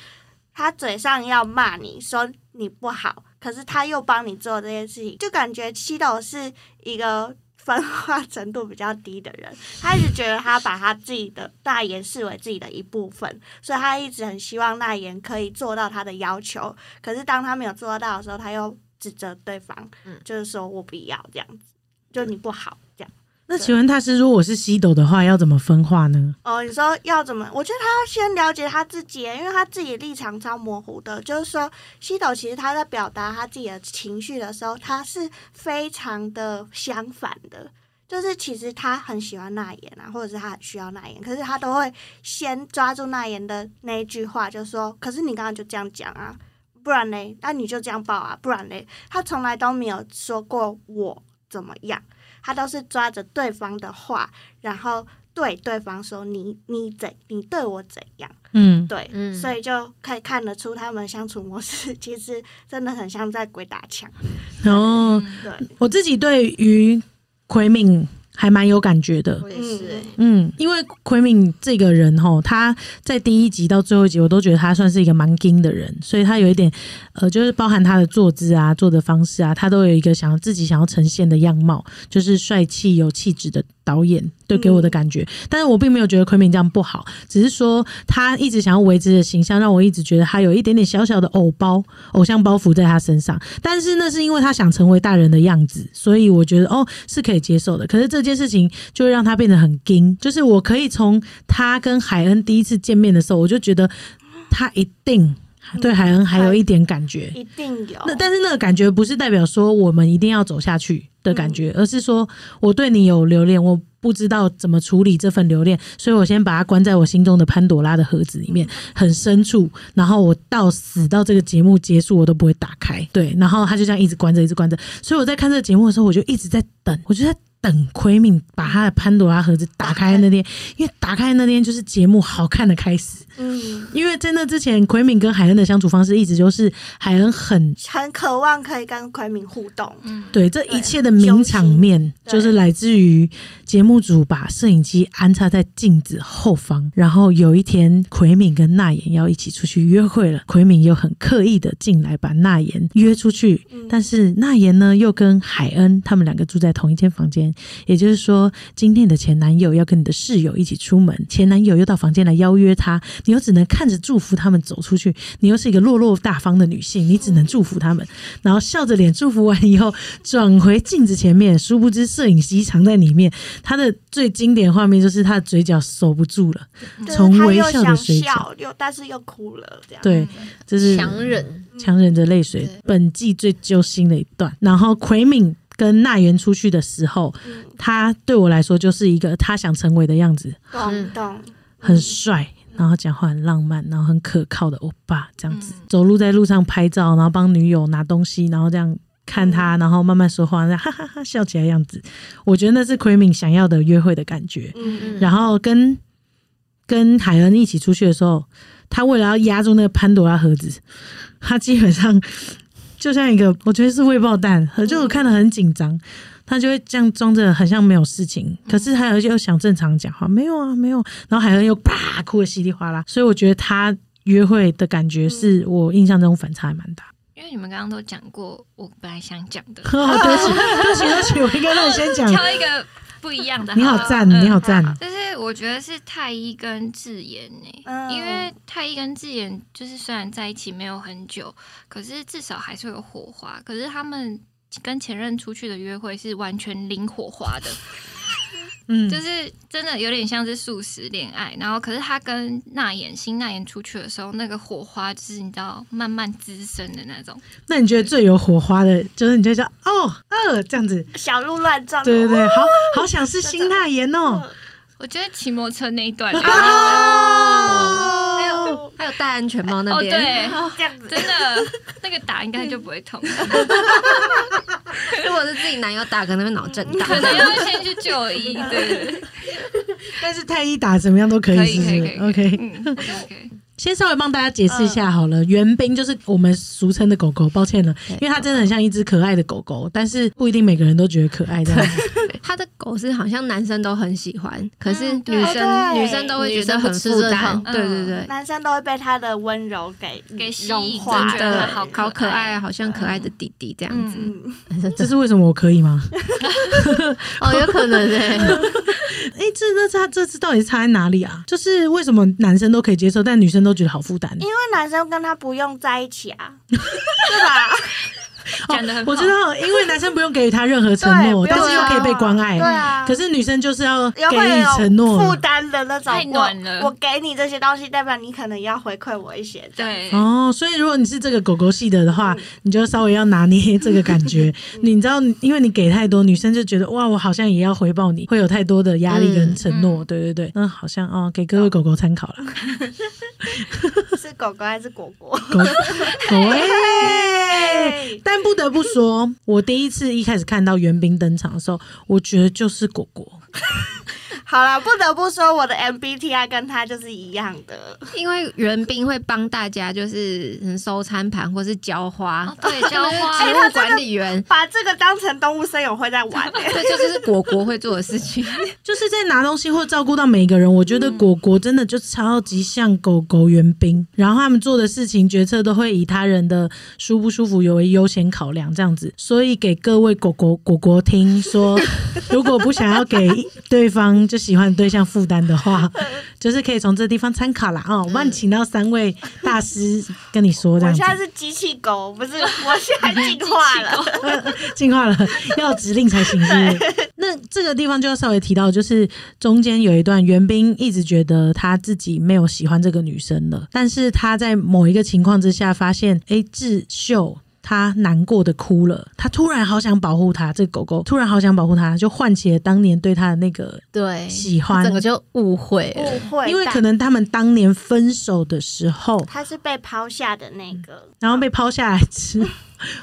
Speaker 4: 他嘴上要骂你说你不好，可是他又帮你做这些事情，就感觉西斗是一个分化程度比较低的人，他一直觉得他把他自己的大言视为自己的一部分，所以他一直很希望那言可以做到他的要求，可是当他没有做到的时候，他又指责对方，
Speaker 3: 嗯
Speaker 4: 就是说我不要这样子，就你不好这样。
Speaker 2: 那请问大师，如果我是西斗的话，要怎么分化呢？
Speaker 4: 哦，你说要怎么？我觉得他要先了解他自己，因为他自己立场超模糊的。就是说，西斗其实他在表达他自己的情绪的时候，他是非常的相反的。就是其实他很喜欢那言啊，或者是他很需要那言，可是他都会先抓住那言的那一句话，就说：“可是你刚刚就这样讲啊，不然嘞，那你就这样报啊，不然嘞。”他从来都没有说过我怎么样，他都是抓着对方的话，然后对对方说你你怎你对我怎样，
Speaker 2: 嗯，
Speaker 4: 对，
Speaker 3: 嗯
Speaker 4: 所以就可以看得出他们相处模式 其实真的很像在鬼打墙。
Speaker 2: 然后
Speaker 4: 对，
Speaker 2: 哦我自己对于奎敏还蛮有感觉的。
Speaker 3: 我也是、欸，
Speaker 2: 嗯，因为奎敏这个人吼，他在第一集到最后一集，我都觉得他算是一个蛮硬的人，所以他有一点，呃，就是包含他的坐姿啊、坐的方式啊，他都有一个想要自己想要呈现的样貌，就是帅气有气质的导演对给我的感觉。但是我并没有觉得奎敏这样不好，只是说他一直想要维持的形象，让我一直觉得他有一点点小小的偶包、偶像包袱在他身上。但是那是因为他想成为大人的样子，所以我觉得哦是可以接受的。可是这件事情就会让他变得很硬，就是我可以从他跟海恩第一次见面的时候，我就觉得他一定对海恩还有一点感觉。
Speaker 4: 一定有。
Speaker 2: 那但是那个感觉不是代表说我们一定要走下去的感觉，而是说我对你有留恋，我不知道怎么处理这份留恋，所以我先把它关在我心中的潘朵拉的盒子里面，很深处。然后我到死到这个节目结束，我都不会打开。对，然后他就这样一直关着，一直关着。所以我在看这个节目的时候，我就一直在等，我就在。等奎敏把他的潘朵拉盒子打开那天，因为打开那天就是节目好看的开始。
Speaker 4: 嗯，
Speaker 2: 因为在那之前，奎敏跟海恩的相处方式一直就是海恩很
Speaker 4: 很渴望可以跟奎敏互动。
Speaker 6: 嗯，
Speaker 2: 对，这
Speaker 4: 对
Speaker 2: 一切的名场面，
Speaker 4: 对
Speaker 2: 就是来自于节目组把摄影机安插在镜子后方。然后有一天，奎敏跟娜妍要一起出去约会了，奎敏又很刻意的进来把娜妍约出去，
Speaker 4: 嗯
Speaker 2: 但是娜妍呢又跟海恩他们两个住在同一间房间，也就是说，今天你的前男友要跟你的室友一起出门，前男友又到房间来邀约她，你又只能看着祝福他们走出去，你又是一个落落大方的女性，你只能祝福他们，然后笑着脸祝福完以后，转回镜子前面，殊不知摄影机藏在里面。他的最经典画面就是他的嘴角守不住了，
Speaker 6: 嗯
Speaker 4: 就是
Speaker 2: 从
Speaker 4: 他
Speaker 2: 微
Speaker 4: 又
Speaker 2: 笑的
Speaker 4: 想
Speaker 2: 水角
Speaker 4: 笑，又但是又哭了，这样。嗯
Speaker 2: 对，
Speaker 6: 嗯
Speaker 2: 就是
Speaker 5: 嗯强忍，
Speaker 2: 强忍着泪水
Speaker 5: 对，
Speaker 2: 本季最揪心的一段。然后奎敏跟娜媛出去的时候，
Speaker 4: 嗯，
Speaker 2: 他对我来说就是一个他想成为的样子，
Speaker 4: 懂懂。
Speaker 2: 很帅，然后讲话很浪漫，然后很可靠的欧巴这样子，
Speaker 6: 嗯
Speaker 2: 走路在路上拍照，然后帮女友拿东西，然后这样看他，然后慢慢说话，这样哈哈哈笑起来的样子，我觉得那是奎敏想要的约会的感觉。
Speaker 4: 嗯
Speaker 2: 然后跟跟海恩一起出去的时候，他为了要压住那个潘朵拉盒子，他基本上就像一个，我觉得是未爆弹，就
Speaker 6: 嗯
Speaker 2: 我看得很紧张。他就会这样装着，很像没有事情，可是海恩又想正常讲话，没有啊，没有。然后海恩又啪哭的稀里哗啦，所以我觉得他约会的感觉
Speaker 6: 嗯
Speaker 2: 是我印象中反差还蛮大。
Speaker 6: 因为你们刚刚都讲过我本来想讲的，
Speaker 2: 哦，对不起，对不起，对不起，我应该让你先 讲。
Speaker 6: 挑一个不一样的。
Speaker 2: 你好
Speaker 6: 了
Speaker 2: 赞，
Speaker 6: 嗯
Speaker 2: 你好赞，
Speaker 6: 就是我觉得是太医跟智妍呢、
Speaker 4: 嗯
Speaker 6: 因为太医跟智妍就是虽然在一起没有很久，可是至少还是有火花。可是他们跟前任出去的约会是完全零火花的，
Speaker 2: 嗯，
Speaker 6: 就是真的有点像是素食恋爱。然后可是他跟那妍新那妍出去的时候，那个火花就是你知道慢慢滋生的那种。
Speaker 2: 那你觉得最有火花的，就是你就叫哦呃这样子，
Speaker 4: 小鹿乱撞。
Speaker 2: 对对对，好好想是辛辣盐哦，
Speaker 6: 我觉得骑摩托车那一段，
Speaker 2: 啊，
Speaker 3: 还有还有戴安全帽那
Speaker 6: 哦
Speaker 3: 边、
Speaker 6: 对，
Speaker 4: 这样子。
Speaker 6: 真的那个打应该就不会痛。
Speaker 3: 如果是自己男友打，可能会脑震荡。
Speaker 6: 可能要先去就医，对，
Speaker 2: 但是太医打怎么样都可
Speaker 6: 可
Speaker 2: 以，
Speaker 6: 以
Speaker 2: 是不
Speaker 6: 可以可
Speaker 2: 是
Speaker 6: 以
Speaker 2: ？OK，
Speaker 6: 嗯，OK，
Speaker 2: 先稍微帮大家解释一下好
Speaker 4: 嗯
Speaker 2: 了。元彬就是我们俗称的狗狗，抱歉了，因为它真的很像一只可爱的狗
Speaker 4: 嗯
Speaker 2: 狗，但是不一定每个人都觉得可爱这样。
Speaker 3: 他的狗是好像男生都很喜欢，可是
Speaker 6: 嗯对
Speaker 3: 女生
Speaker 4: 哦对
Speaker 3: 女生都会觉
Speaker 5: 女
Speaker 3: 得
Speaker 5: 生不
Speaker 3: 很
Speaker 5: 吃
Speaker 3: 负
Speaker 5: 这
Speaker 3: 担
Speaker 5: 套。
Speaker 3: 对对对，
Speaker 4: 男生都会被他的温柔给
Speaker 6: 给吸
Speaker 4: 融
Speaker 6: 引，
Speaker 4: 化
Speaker 6: 真
Speaker 3: 真
Speaker 6: 觉得
Speaker 3: 的
Speaker 6: 好
Speaker 3: 好可
Speaker 6: 爱，
Speaker 3: 爱，好像可爱的弟弟这样子。
Speaker 6: 嗯，
Speaker 2: 这是为什么我可 以吗？
Speaker 3: 哦，有可能哎，
Speaker 2: 哎、这那这这次到底差在哪里啊？就是为什么男生都可以接受，但女生都觉得好负担？
Speaker 4: 因为男生跟他不用在一起啊，对吧？
Speaker 6: 讲得很好
Speaker 2: 哦我知道，因为男生不用给予他任何承 诺，
Speaker 4: 对
Speaker 2: 但
Speaker 4: 不用
Speaker 2: 是又可以被关爱。
Speaker 4: 对啊
Speaker 2: 可是女生就是要给
Speaker 4: 也会
Speaker 2: 予
Speaker 4: 有
Speaker 2: 承诺。
Speaker 4: 负担的那种，
Speaker 6: 太暖了
Speaker 4: 我我给你这些东西，代表你可能要回馈我一些。这样，
Speaker 6: 对，
Speaker 2: 哦，所以如果你是这个狗狗系的的话，你就稍微要拿捏这个感 觉。嗯你知道，因为你给太多，女生就觉得哇，我好像也要回报你，会有太多的压力跟承诺。对对对，嗯，好像哦，给各位狗狗参 考了。
Speaker 4: 是狗狗还是果 果？
Speaker 2: 狗狗哎、但不得不说，我第一次一开始看到袁冰登场的时候，我觉得就是果果。
Speaker 4: 好啦，不得不说，我的 MBTI 跟他就是一样的。
Speaker 3: 因为袁斌会帮大家就是嗯收餐盘或是浇花
Speaker 6: 哦，对，浇花，
Speaker 3: 植
Speaker 2: 哎
Speaker 3: 啊物管理员。
Speaker 4: 把这个当成动物森友会在 玩、欸，
Speaker 3: 对，这就是果果会做的事 情。
Speaker 2: 就是在拿东西或照顾到每一个人，我觉得果果真的就超级像狗狗援兵，然后他们做的事情决策都会以他人的舒不舒服有为优先考量这样子，所以给各位狗狗果果听说，如果不想要给对方就喜欢的对象负担的话，就是可以从这地方参考啦啊、哦！我帮你请到三位大师跟你说这
Speaker 4: 我
Speaker 2: 样
Speaker 4: 现
Speaker 2: 子，
Speaker 4: 在是机器狗，不是，我现在进化 了。
Speaker 2: 进化了，要指令才行，是不是？那这个地方就要稍微提到，就是中间有一段，袁冰一直觉得他自己没有喜欢这个女生了，但是他在某一个情况之下发现，哎，智秀。他难过的哭了，他突然好想保护她，这个狗狗突然好想保护她，就唤起了当年对她的那个
Speaker 5: 对，
Speaker 2: 喜欢
Speaker 5: 整，个就误会
Speaker 3: 哦
Speaker 5: 了。
Speaker 4: 误会，
Speaker 2: 因为可能他们当年分手的时候，
Speaker 4: 他是被抛下的那个，
Speaker 2: 然后被抛下来之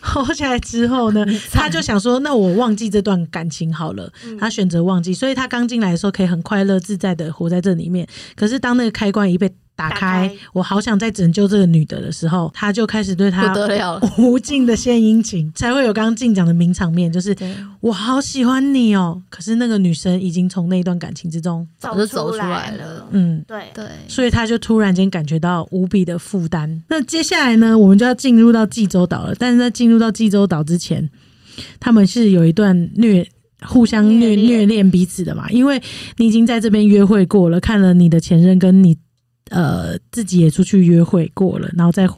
Speaker 2: 抛下来之 后呢，他就想说，那我忘记这段感情好了。
Speaker 4: 嗯
Speaker 2: 他选择忘记，所以他刚进来的时候可以很快乐自在的活在这里面。可是当那个开关一被
Speaker 4: 打
Speaker 2: 打开，
Speaker 4: 开
Speaker 2: 我好想再拯救这个女的的时候，他就开始对她
Speaker 5: 不得了
Speaker 3: 哦
Speaker 5: 了
Speaker 2: 无尽的献殷勤，才会有刚刚进讲的名场面，就是
Speaker 5: 对
Speaker 3: 哦
Speaker 2: 我好喜欢你哦。可是那个女生已经从那一段感情之中，
Speaker 5: 早就走
Speaker 4: 出
Speaker 5: 出来
Speaker 4: 了
Speaker 5: 了。
Speaker 2: 嗯，
Speaker 4: 对，
Speaker 5: 对，
Speaker 2: 所以他就突然间感觉到无比的负担。那接下来呢，我们就要进入到济州岛了。但是在进入到济州岛之前，他们是有一段虐。互相虐
Speaker 4: 虐恋
Speaker 2: 虐恋彼此的嘛，因为你已经在这边约会过了，看了你的前任跟你呃自己也出去约会过了，然后再回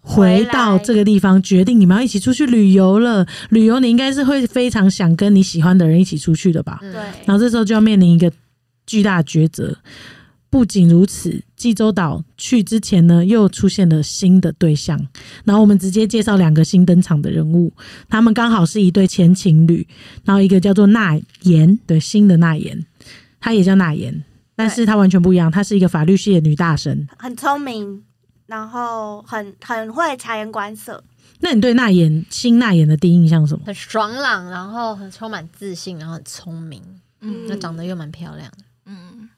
Speaker 4: 回
Speaker 2: 到
Speaker 4: 来
Speaker 2: 这个地方，决定你们要一起出去旅游了。旅游你应该是会非常想跟你喜欢的人一起出去的吧？
Speaker 5: 嗯
Speaker 4: 对，
Speaker 2: 然后这时候就要面临一个巨大的抉择。不仅如此，济州岛去之前呢，又出现了新的对象。然后我们直接介绍两个新登场的人物，他们刚好是一对前情侣。然后一个叫做纳言，对，新的纳言，她也叫纳言，但是她完全不一样，她是一个法律系的女大神。
Speaker 4: 很聪明，然后很很会察言观色，
Speaker 2: 那你对纳言新纳言的第一印象是什么？
Speaker 5: 很爽朗，然后很充满自信，然后很聪明，
Speaker 3: 嗯
Speaker 5: 那长得又蛮漂亮的。
Speaker 6: 嗯，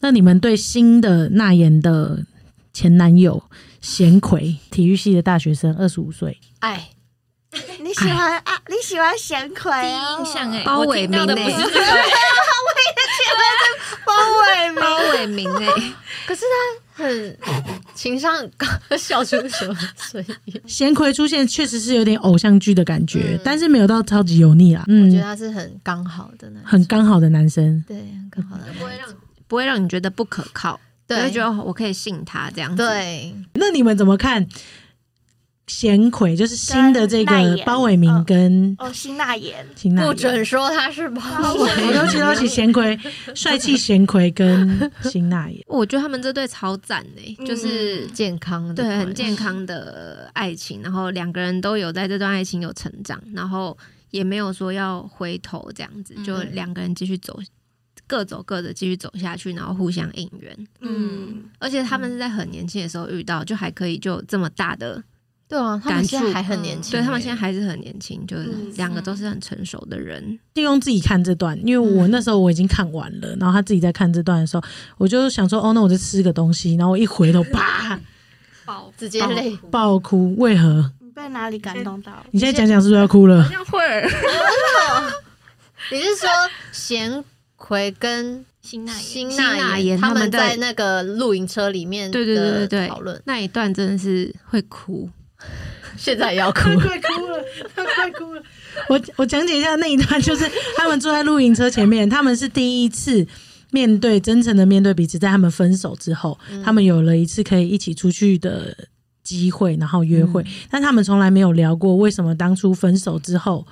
Speaker 2: 那你们对新的纳言的前男友贤奎，体育系的大学生，二十五岁，
Speaker 5: 哎，
Speaker 4: 你喜欢啊？你喜欢贤奎
Speaker 6: 第
Speaker 4: 哦
Speaker 6: 一印象哎，
Speaker 3: 包
Speaker 6: 我
Speaker 3: 伟
Speaker 6: 听到的
Speaker 3: 明
Speaker 6: 不是
Speaker 3: 欸
Speaker 6: 这个欸，
Speaker 4: 包伟明，
Speaker 3: 包伟明哎，
Speaker 5: 可是他很情商很高，笑出什么声音？
Speaker 2: 贤奎出现确实是有点偶像剧的感觉，但是没有到超级油腻啦。
Speaker 5: 嗯我觉得嗯
Speaker 2: 嗯，
Speaker 5: 他是很刚好的那种
Speaker 2: 很刚好的男生。
Speaker 5: 对，很刚好的那种，
Speaker 3: 不会让你觉得不可靠，你会
Speaker 5: 对
Speaker 3: 觉得哦我可以信他这样子。
Speaker 5: 对，
Speaker 2: 那你们怎么看贤奎？就是新的这
Speaker 4: 跟赖
Speaker 2: 个
Speaker 4: 妍
Speaker 2: 包伟明
Speaker 5: 嗯
Speaker 2: 跟
Speaker 4: 哦，辛纳言，
Speaker 2: 秦娜妍。
Speaker 5: 不准说他是包伟
Speaker 2: 我都知道起贤奎，帅气贤奎跟辛娜 妍。
Speaker 3: 我觉得他们这对超赞哎，就是
Speaker 5: 健康的
Speaker 3: 对，
Speaker 5: 关系，
Speaker 3: 很健康的爱情，然后两个人都有在这段爱情有成长，然后也没有说要回头这样子，就两个人继续走，各走各的继续走下去，然后互相应援。
Speaker 4: 嗯，
Speaker 5: 嗯
Speaker 3: 而且他们是在很年轻的时候遇到，就还可以就有这么大的
Speaker 5: 对啊，他们
Speaker 3: 感
Speaker 5: 现在
Speaker 3: 触
Speaker 5: 还很
Speaker 6: 嗯
Speaker 5: 年轻欸，
Speaker 3: 对他们现在还是很年轻，就是
Speaker 4: 嗯
Speaker 3: 两个都是很成熟的人。
Speaker 2: 利用自己看这段，因为我那时候我已经看完了，然后他自己在看这段的时候，我就想说，哦，那我就吃个东西，然后我一回头，啪，
Speaker 6: 爆
Speaker 5: 直接累哭。
Speaker 2: 爆哭，为何？
Speaker 4: 你被哪里感动到了？
Speaker 2: 你现在讲讲是不是要哭了？
Speaker 6: 像会儿
Speaker 5: 你是说贤奎跟
Speaker 6: 辛纳也
Speaker 5: 辛
Speaker 3: 辛
Speaker 5: 纳
Speaker 3: 纳
Speaker 5: 言
Speaker 3: 妍
Speaker 5: 他
Speaker 3: 他
Speaker 5: 们
Speaker 3: 们在
Speaker 5: 在那个露营车里面
Speaker 3: 对对对对
Speaker 5: 的
Speaker 3: 对，
Speaker 5: 嗯讨论，
Speaker 3: 那一段真的是会哭，
Speaker 5: 现在也要哭
Speaker 2: 他快哭了，他快哭了。我我讲解一下那一段，就是他们坐在露营车前面，他们是第一次面对真诚的面对彼此，在他们分手之后，他们有了一次可以一起出去的机会，然后约会，但他们从来没有聊过为什么当初分手之后。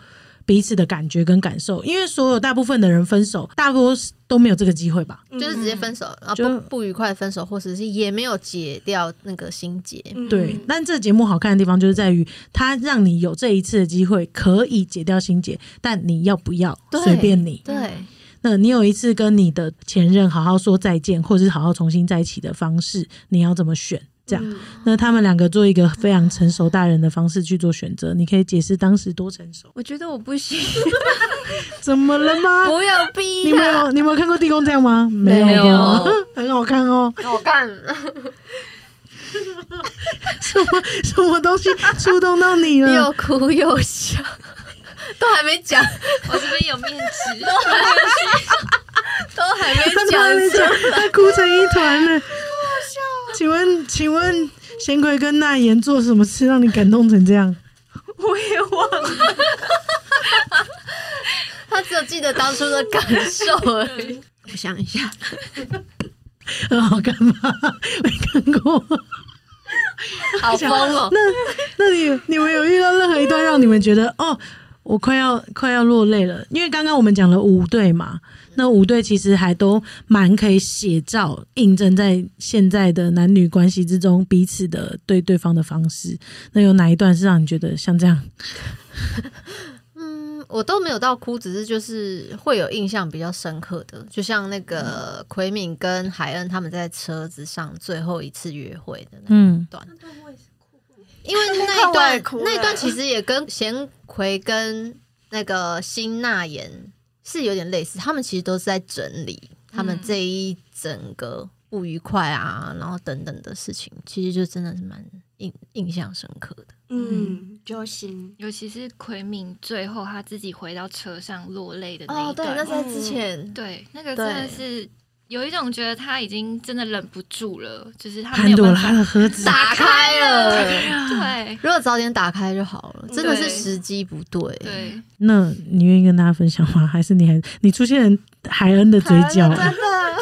Speaker 2: 彼此的感觉跟感受，因为所有大部分的人分手，大多都没有这个机会吧？
Speaker 5: 就是直接分手，然后
Speaker 2: 就
Speaker 5: 不不愉快的分手，或者是也没有解掉那个心结。
Speaker 4: 嗯
Speaker 2: 对，但这节目好看的地方就是在于，它让你有这一次的机会可以解掉心结，但你要不要
Speaker 5: 对
Speaker 2: 随便你。
Speaker 5: 对，
Speaker 2: 那你有一次跟你的前任好好说再见，或者是好好重新在一起的方式，你要怎么选？这样，那他们两个做一个非常成熟大人的方式去做选择，你可以解释当时多成熟？
Speaker 3: 我觉得我不行，
Speaker 2: 怎么了吗？
Speaker 3: 不要逼
Speaker 2: 你们有你们有看过地宫这样吗？没
Speaker 5: 没
Speaker 2: 有
Speaker 5: 有，
Speaker 2: 很好看哦。
Speaker 5: 我看
Speaker 2: 什么什么东西触动到你了？
Speaker 5: 又哭又笑， 都还没讲，
Speaker 6: 我这边有面纸，
Speaker 5: 都还没
Speaker 2: 他
Speaker 5: 讲
Speaker 2: 妈的
Speaker 5: 是
Speaker 2: 讲，他哭成一团了。请问，请问贤奎跟那言做什么事让你感动成这样？
Speaker 4: 我也忘了，
Speaker 5: 他只有记得当初的感受而 已。
Speaker 3: 我想一下，
Speaker 2: 很好看吗？没看过。
Speaker 5: 好疯哦！
Speaker 2: 那你你们有遇到任何一段让你们觉得哦，我快要快要落泪了？因为刚刚我们讲了五对嘛，那五对其实还都蛮可以写照，印证在现在的男女关系之中彼此的对对方的方式。那有哪一段是让你觉得像这样？
Speaker 5: 嗯， 我都没有到哭，只是就是会有印象比较深刻的，就像那个奎敏跟海恩他们在车子上最后一次约会的那个
Speaker 2: 嗯，
Speaker 5: 因为那
Speaker 4: 看
Speaker 5: 一
Speaker 4: 我也
Speaker 5: 段
Speaker 4: 哭了
Speaker 5: 那一段其实也跟贤奎跟那个辛纳言是有点类似，他们其实都是在整理他们这一整个不愉快啊，然后等等的事情，其实就真的是蛮印印象深刻的。
Speaker 4: 嗯，揪心。
Speaker 6: 尤其是奎敏最后他自己回到车上落泪的
Speaker 2: 哦
Speaker 6: 哦那一段，
Speaker 5: 那嗯
Speaker 4: 是在之
Speaker 5: 前，
Speaker 6: 对，那个真的是有一种觉得他已经真的忍不住了，就是他没
Speaker 2: 潘
Speaker 6: 有
Speaker 2: 朵
Speaker 6: 办
Speaker 2: 拉
Speaker 6: 法。
Speaker 2: 的盒子。
Speaker 5: 打开了。
Speaker 6: 对
Speaker 5: 如果早点打开就好了，真的是
Speaker 6: 对
Speaker 5: 时机不对。
Speaker 6: 对，
Speaker 2: 那你愿意跟大家分享吗？还是你还你出现海恩的嘴角
Speaker 4: 真？的，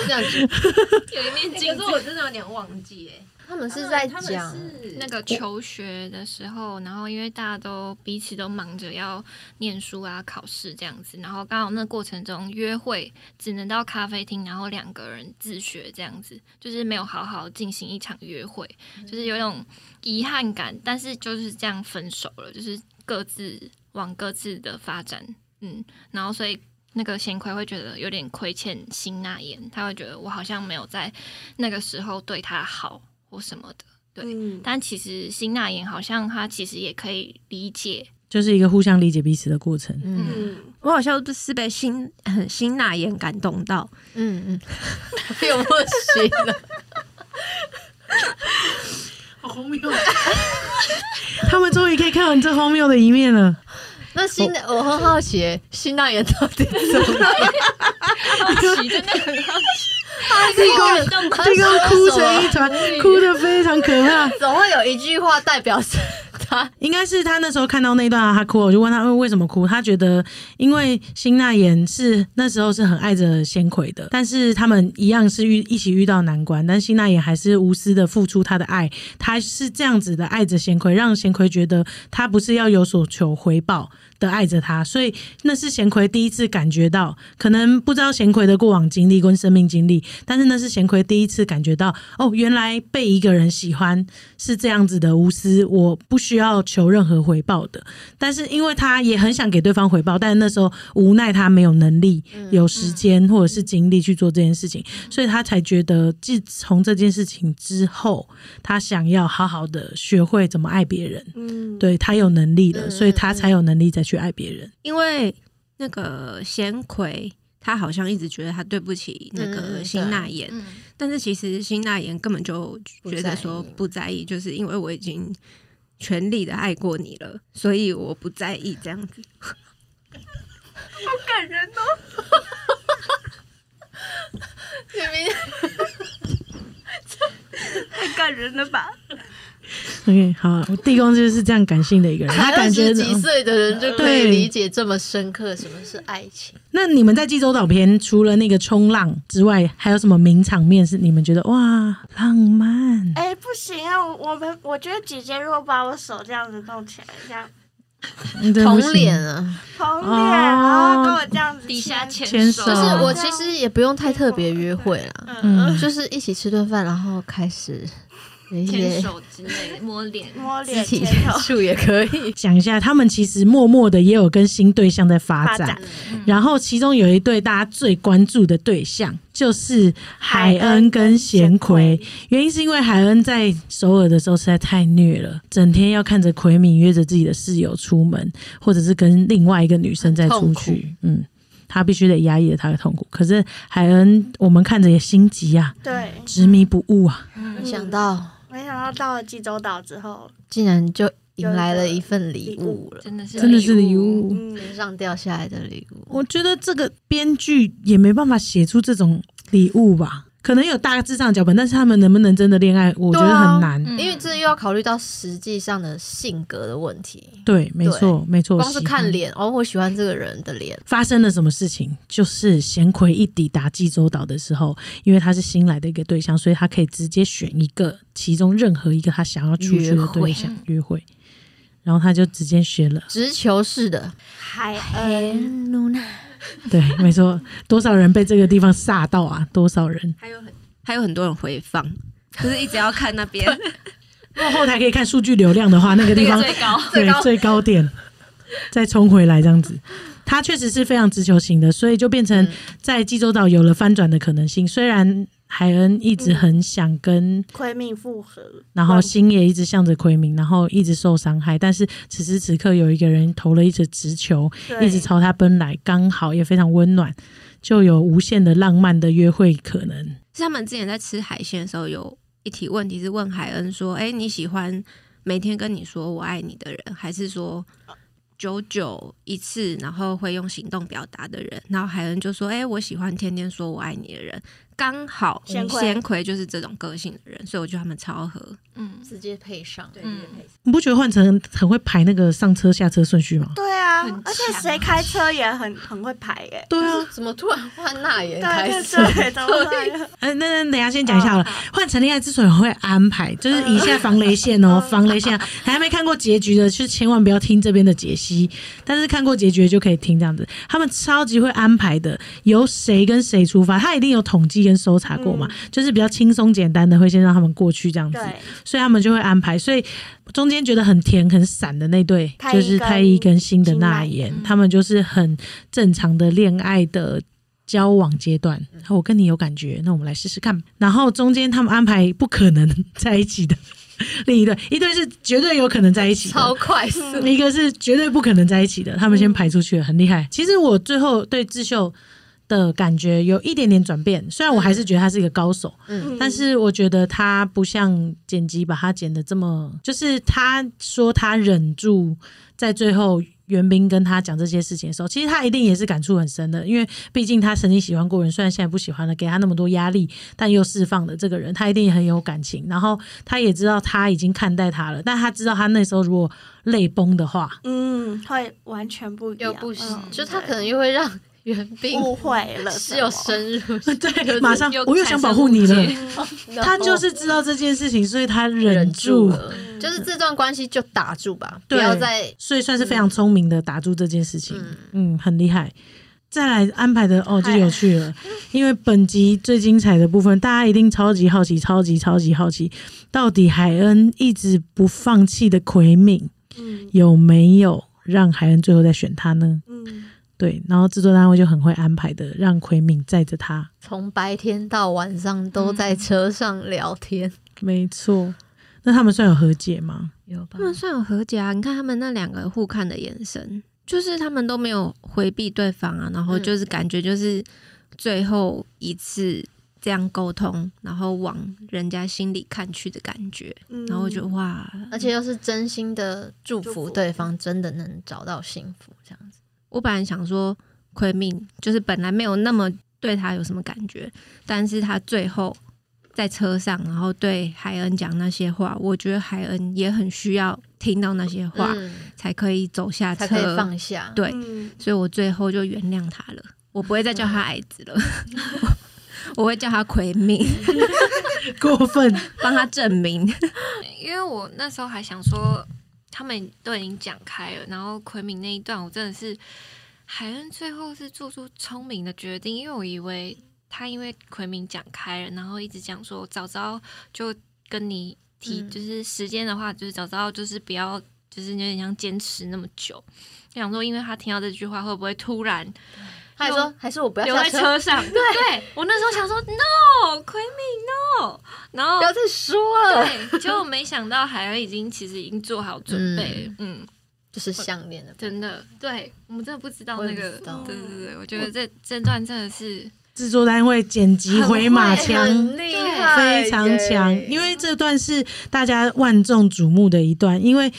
Speaker 5: 这样
Speaker 6: 有一
Speaker 7: 欸
Speaker 6: 面镜子，
Speaker 7: 真的有点忘记哎、
Speaker 5: 他们是在讲
Speaker 6: 那个求学的时候，然后因为大家都彼此都忙着要念书啊、考试这样子，然后刚好那过程中约会只能到咖啡厅，然后两个人自学这样子，就是没有好好进行一场约会，就是有一种遗憾感，但是就是这样分手了，就是各自往各自的发展，嗯，然后所以。那个贤奎会觉得有点亏欠辛纳言，他会觉得我好像没有在那个时候对他好或什么的。对
Speaker 4: 嗯，
Speaker 6: 但其实辛纳言好像他其实也可以理解，
Speaker 2: 就是一个互相理解彼此的过程。
Speaker 5: 嗯
Speaker 4: 嗯，
Speaker 3: 我好像就是被辛很辛纳言感动到，
Speaker 5: 嗯嗯， 有默契了。
Speaker 2: 好荒谬！他们终于可以看到你这荒谬的一面了。
Speaker 5: 那新的我很好奇耶，新大爷到底怎么了？
Speaker 6: 真的很好
Speaker 5: 他这
Speaker 2: 个
Speaker 5: 动，
Speaker 2: 这个哭成一团，哭的非常可怕。
Speaker 5: 总会有一句话代表着他。
Speaker 2: 应该是他那时候看到那一段、啊、他哭了，我就问他为什么哭，他觉得因为辛纳言是那时候是很爱着仙奎的，但是他们一样是遇一起遇到难关，但辛纳言还是无私的付出他的爱，他是这样子的爱着贤奎，让贤奎觉得他不是要有所求回报的爱着他，所以那是贤奎第一次感觉到，可能不知道贤奎的过往经历跟生命经历，但是那是贤奎第一次感觉到，哦，原来被一个人喜欢是这样子的无私，我不需要求任何回报的，但是因为他也很想给对方回报，但是那时候无奈他没有能力、有时间或者是精力去做这件事情，所以他才觉得自从这件事情之后，他想要好好的学会怎么爱别人。
Speaker 4: 嗯，
Speaker 2: 对他有能力了，
Speaker 3: 嗯
Speaker 2: 所以他才有能力再去爱别人。
Speaker 3: 因为那个贤奎，他好像一直觉得他对不起那
Speaker 5: 嗯
Speaker 3: 个
Speaker 5: 嗯
Speaker 3: 辛纳言，
Speaker 6: 嗯，
Speaker 3: 但是其实辛纳言根本就觉得说不在意，就是因为我已经全力的爱过你了，所以我不在意这样 子。好感人哦！明明太感人了吧？
Speaker 2: OK，好，我地公就是这样感性的一 个人，他感觉
Speaker 5: 二十几岁的人就可以
Speaker 2: 对
Speaker 5: 理解这么深刻什么是爱情。
Speaker 2: 那你们在济州岛篇除了那个冲浪之外，还有什么名场面是你们觉得哇浪漫？
Speaker 4: 哎、不行啊，我我们我觉得姐姐如果把我手这样子弄起来，这样
Speaker 2: 你真的嗯不
Speaker 5: 同
Speaker 2: 行
Speaker 5: 脸啊，
Speaker 4: 捧脸，
Speaker 2: 哦
Speaker 4: 然后跟我这样子
Speaker 6: 底下
Speaker 4: 牵
Speaker 2: 牵
Speaker 6: 牵
Speaker 2: 手
Speaker 6: 手，
Speaker 5: 就是
Speaker 2: 哦
Speaker 5: 我其实也不用太特别约会啦，
Speaker 2: 嗯
Speaker 5: 就是一起吃顿饭，然后开始有一
Speaker 6: 牵
Speaker 5: 些
Speaker 6: 手之类的摸脸，
Speaker 4: 摸
Speaker 5: 肢
Speaker 4: 脸
Speaker 5: 体
Speaker 4: 牵
Speaker 5: 接
Speaker 4: 手。
Speaker 5: 触也可以。
Speaker 2: 讲一下，他们其实默默的也有跟新对象在发
Speaker 4: 发
Speaker 2: 展，
Speaker 4: 展
Speaker 2: 然后其中有一对大家最关注的对象就是海恩跟贤奎，原因是因为海恩在首尔的时候实在太虐了，整天要看着奎敏约着自己的室友出门，或者是跟另外一个女生再出
Speaker 5: 很
Speaker 2: 去，嗯。他必须得压抑了他的痛苦，可是海恩，我们看着也心急啊，
Speaker 4: 对，嗯
Speaker 2: 执迷不悟啊。
Speaker 5: 没想到
Speaker 4: 没想到到了济州岛之后，
Speaker 5: 竟然就迎来了一份礼物了，
Speaker 6: 真的是
Speaker 2: 真的是
Speaker 5: 哎
Speaker 2: 礼
Speaker 6: 物，
Speaker 2: 物。
Speaker 4: 嗯，
Speaker 5: 天上掉下来的礼物。
Speaker 2: 我觉得这个编剧也没办法写出这种礼物吧，可能有大致上的脚本，但是他们能不能真的恋爱，我觉得
Speaker 5: 对啊
Speaker 2: 很难。
Speaker 6: 嗯
Speaker 5: 因为这又要考虑到实际上的性格的问题，
Speaker 2: 对，没错，没错。
Speaker 5: 光是
Speaker 2: 喜欢
Speaker 5: 看脸哦，我喜欢这个人的脸，
Speaker 2: 发生了什么事情，就是贤奎一抵达济州岛的时候，因为他是新来的一个对象，所以他可以直接选一个其中任何一个他想要出去的对象约会，然后他就直接选了。
Speaker 5: 直球式的，
Speaker 4: 海恩，
Speaker 2: 对，没错，多少人被这个地方吓到啊！多少人？
Speaker 3: 还有很还有很多人回放，就是一直要看那 边。
Speaker 2: 如果后台可以看数据流量的话，那个地 方
Speaker 6: 最高，
Speaker 2: 对最高点，再冲回来这样子。他确实是非常直球型的，所以就变成
Speaker 3: 嗯
Speaker 2: 在济州岛有了翻转的可能性。虽然海恩一直很想跟，
Speaker 4: 奎敏复合，
Speaker 2: 然
Speaker 3: 嗯
Speaker 2: 后心也一直向着奎明，然后一直受伤害，但是此时此刻有一个人投了一直直球，
Speaker 4: 对
Speaker 2: 一直朝他奔来，刚好也非常温暖，就有无限的浪漫的约会可能。
Speaker 3: 是他们之前在吃海鲜的时候，有一题问题是问海恩说：“哎、你喜欢每天跟你说我爱你的人，还是说久久一次，然后会用行动表达的人？”然后海恩就说：“哎、我喜欢天天说我爱你的人。”刚好
Speaker 4: 贤奎
Speaker 3: 贤奎就是这种个性的人，所以我觉得他们超合。
Speaker 6: 嗯
Speaker 5: 直接配上。对
Speaker 6: 嗯，
Speaker 2: 你不觉得换成很会排那个上车下车顺序吗？
Speaker 4: 对啊
Speaker 6: 很，
Speaker 4: 而且
Speaker 6: 强
Speaker 4: 谁开车也很很会排耶、
Speaker 2: 对啊，
Speaker 5: 怎么突然换那也
Speaker 4: 对
Speaker 5: 开始？
Speaker 4: 对对，怎么会
Speaker 2: 嗯，那那等一下先讲一下好了。啊换成恋爱之所以会安排，就是以下防雷线 哦，防雷线啊。还没看过结局的，就千万不要听这边的解析，但是看过结局的就可以听这样子。他们超级会安排的，由谁跟谁出发，他一定有统计跟搜查过嘛，就是比较轻松简单的，会先让他们过去这样子，
Speaker 4: 对，
Speaker 2: 所以他们就会安排。所以中间觉得很甜很散的那对，
Speaker 4: 太一
Speaker 2: 就是太一跟新的那
Speaker 4: 跟
Speaker 2: 言，他们就是很正常的恋爱的交往阶段。我跟你有感觉，那我们来试试看。然后中间他们安排不可能在一起的另一对，一对是绝对有可能在一起
Speaker 5: 超
Speaker 2: 的。
Speaker 5: 快速，
Speaker 2: 一个是绝对不可能在一起的，他们先排出去了，很厉害。其实我最后对智秀的感觉有一点点转变，虽然我还是觉得他是一个高手，
Speaker 5: 嗯，
Speaker 2: 但是我觉得他不像剪辑把他剪的这么，就是他说他忍住，在最后袁冰跟他讲这些事情的时候，其实他一定也是感触很深的，因为毕竟他曾经喜欢过人，虽然现在不喜欢了，给他那么多压力，但又释放了这个人，他一定也很有感情。然后他也知道他已经看待他了，但他知道他那时候如果泪崩的 话，
Speaker 4: 嗯，会完全不一样，
Speaker 5: 又不行，哦
Speaker 4: 嗯
Speaker 5: 就他可能又会让 袁冰
Speaker 4: 误会了什么，
Speaker 5: 是有深入，
Speaker 2: 对，马上
Speaker 6: 又
Speaker 2: 我又想保护你
Speaker 6: 产
Speaker 2: 了
Speaker 6: 生误。解
Speaker 2: 他就是知道这件事情，所以他忍
Speaker 5: 哦忍
Speaker 2: 住
Speaker 5: 住。了，嗯就是这段关系就打住吧，不
Speaker 2: 对
Speaker 5: 要再嗯
Speaker 2: 嗯所以算是非常聪明的打住这件事情，嗯，很厉害。再来安排的哦，就有趣 了。因为本集最精彩的部分，大家一定超级好奇，超级超级好奇，到底海恩一直不放弃的奎敏
Speaker 4: 嗯
Speaker 2: 有没有让海恩最后再选他呢？
Speaker 4: 嗯，
Speaker 2: 对，然后制作单位就很会安排的，让奎敏载着他。
Speaker 5: 从白天到晚上都在车上聊天，
Speaker 2: 没错，那他们算有和解吗？
Speaker 5: 有吧
Speaker 3: 他们算有和解啊！你看他们那两个互看的眼神，就是他们都没有回避对方啊，然
Speaker 5: 嗯
Speaker 3: 后就是感觉就是最后一次这样沟通，然后往人家心里看去的感觉，
Speaker 4: 嗯
Speaker 3: 然后我就哇，
Speaker 5: 而且又是真心的祝
Speaker 4: 祝福
Speaker 5: 福嗯对方，真的能找到幸福这样子。
Speaker 3: 我本来想说奎命就是本来没有那么对他有什么感觉，但是他最后在车上，然后对海恩讲那些话，我觉得海恩也很需要听到那些话，
Speaker 5: 嗯
Speaker 3: 才可以走下车，
Speaker 5: 才可以放下。
Speaker 3: 对，
Speaker 4: 嗯
Speaker 3: 所以我最后就原谅他了，我不会再叫他矮子了。我我会叫他奎命，
Speaker 2: 过分，
Speaker 3: 帮他证明。
Speaker 6: 因为我那时候还想说，他们都已经讲开了，然后奎敏那一段，我真的是海恩最后是做出聪明的决定，因为我以为他因为奎敏讲开了，然后一直讲说早知道就跟你提，
Speaker 5: 嗯
Speaker 6: 就是时间的话，就是早知道就是不要，就是有点像坚持那么久。就想说，因为他听到这句话，会不会突然
Speaker 5: 他还说还是我不要
Speaker 6: 留
Speaker 5: 下
Speaker 6: 在
Speaker 5: 车，
Speaker 6: 车 上？对，我那时候想说，no，奎敏 no，然后
Speaker 5: 不要再说了。
Speaker 6: 对，结果没想到海恩已经其实已经做好准备了，嗯
Speaker 5: 就是项链的，
Speaker 6: 真的，对我们真的不知道
Speaker 5: 我也
Speaker 6: 那
Speaker 5: 不
Speaker 6: 个
Speaker 5: 知，道
Speaker 6: 对对对，我觉得这这段真的是
Speaker 2: 制作单位剪辑回马枪。
Speaker 5: 很厉害，
Speaker 2: 非常强，因为这段是大家万众瞩目的一段，因为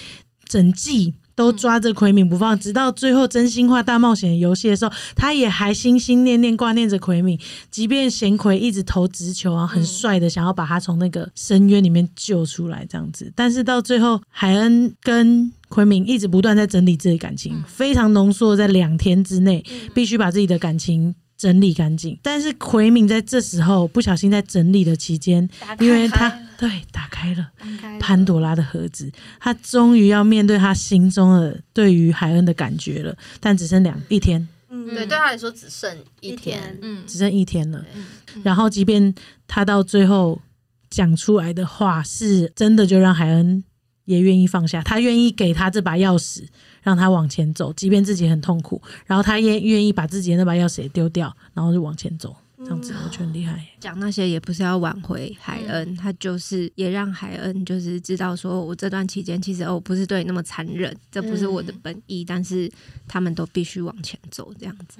Speaker 2: 整季都抓着奎敏不放，直到最后真心话大冒险游戏的时候，他也还心心念念挂念着奎敏，即便贤奎一直投直球啊，很帅的想要把他从那个深渊里面救出来这样子，但是到最后海恩跟。奎敏一直不断在整理自己的感情，非常浓缩，在两天之内必须把自己的感情整理干净。但是奎敏在这时候不小心在整理的期间，
Speaker 4: 打开
Speaker 2: 因为他对打开了
Speaker 4: 打开了
Speaker 2: 潘多拉的盒子，他终于要面对他心中的对于海恩的感觉了，但只剩两一天，
Speaker 4: 嗯
Speaker 5: 对对他来说只剩一天，
Speaker 6: 嗯
Speaker 2: 只剩一天了。
Speaker 5: 对嗯
Speaker 2: 然后，即便他到最后讲出来的话是真的，就让海恩也愿意放下，他愿意给他这把钥匙，让他往前走，即便自己很痛苦，然后他也愿意把自己的那把钥匙也丢掉，然后就往前走，
Speaker 5: 嗯
Speaker 2: 这样子我觉得很厉害。
Speaker 3: 讲那些也不是要挽回海恩，他就是也让海恩就是知道说，我这段期间其实哦，我不是对你那么残忍，这不是我的本意，但是他们都必须往前走，这样子。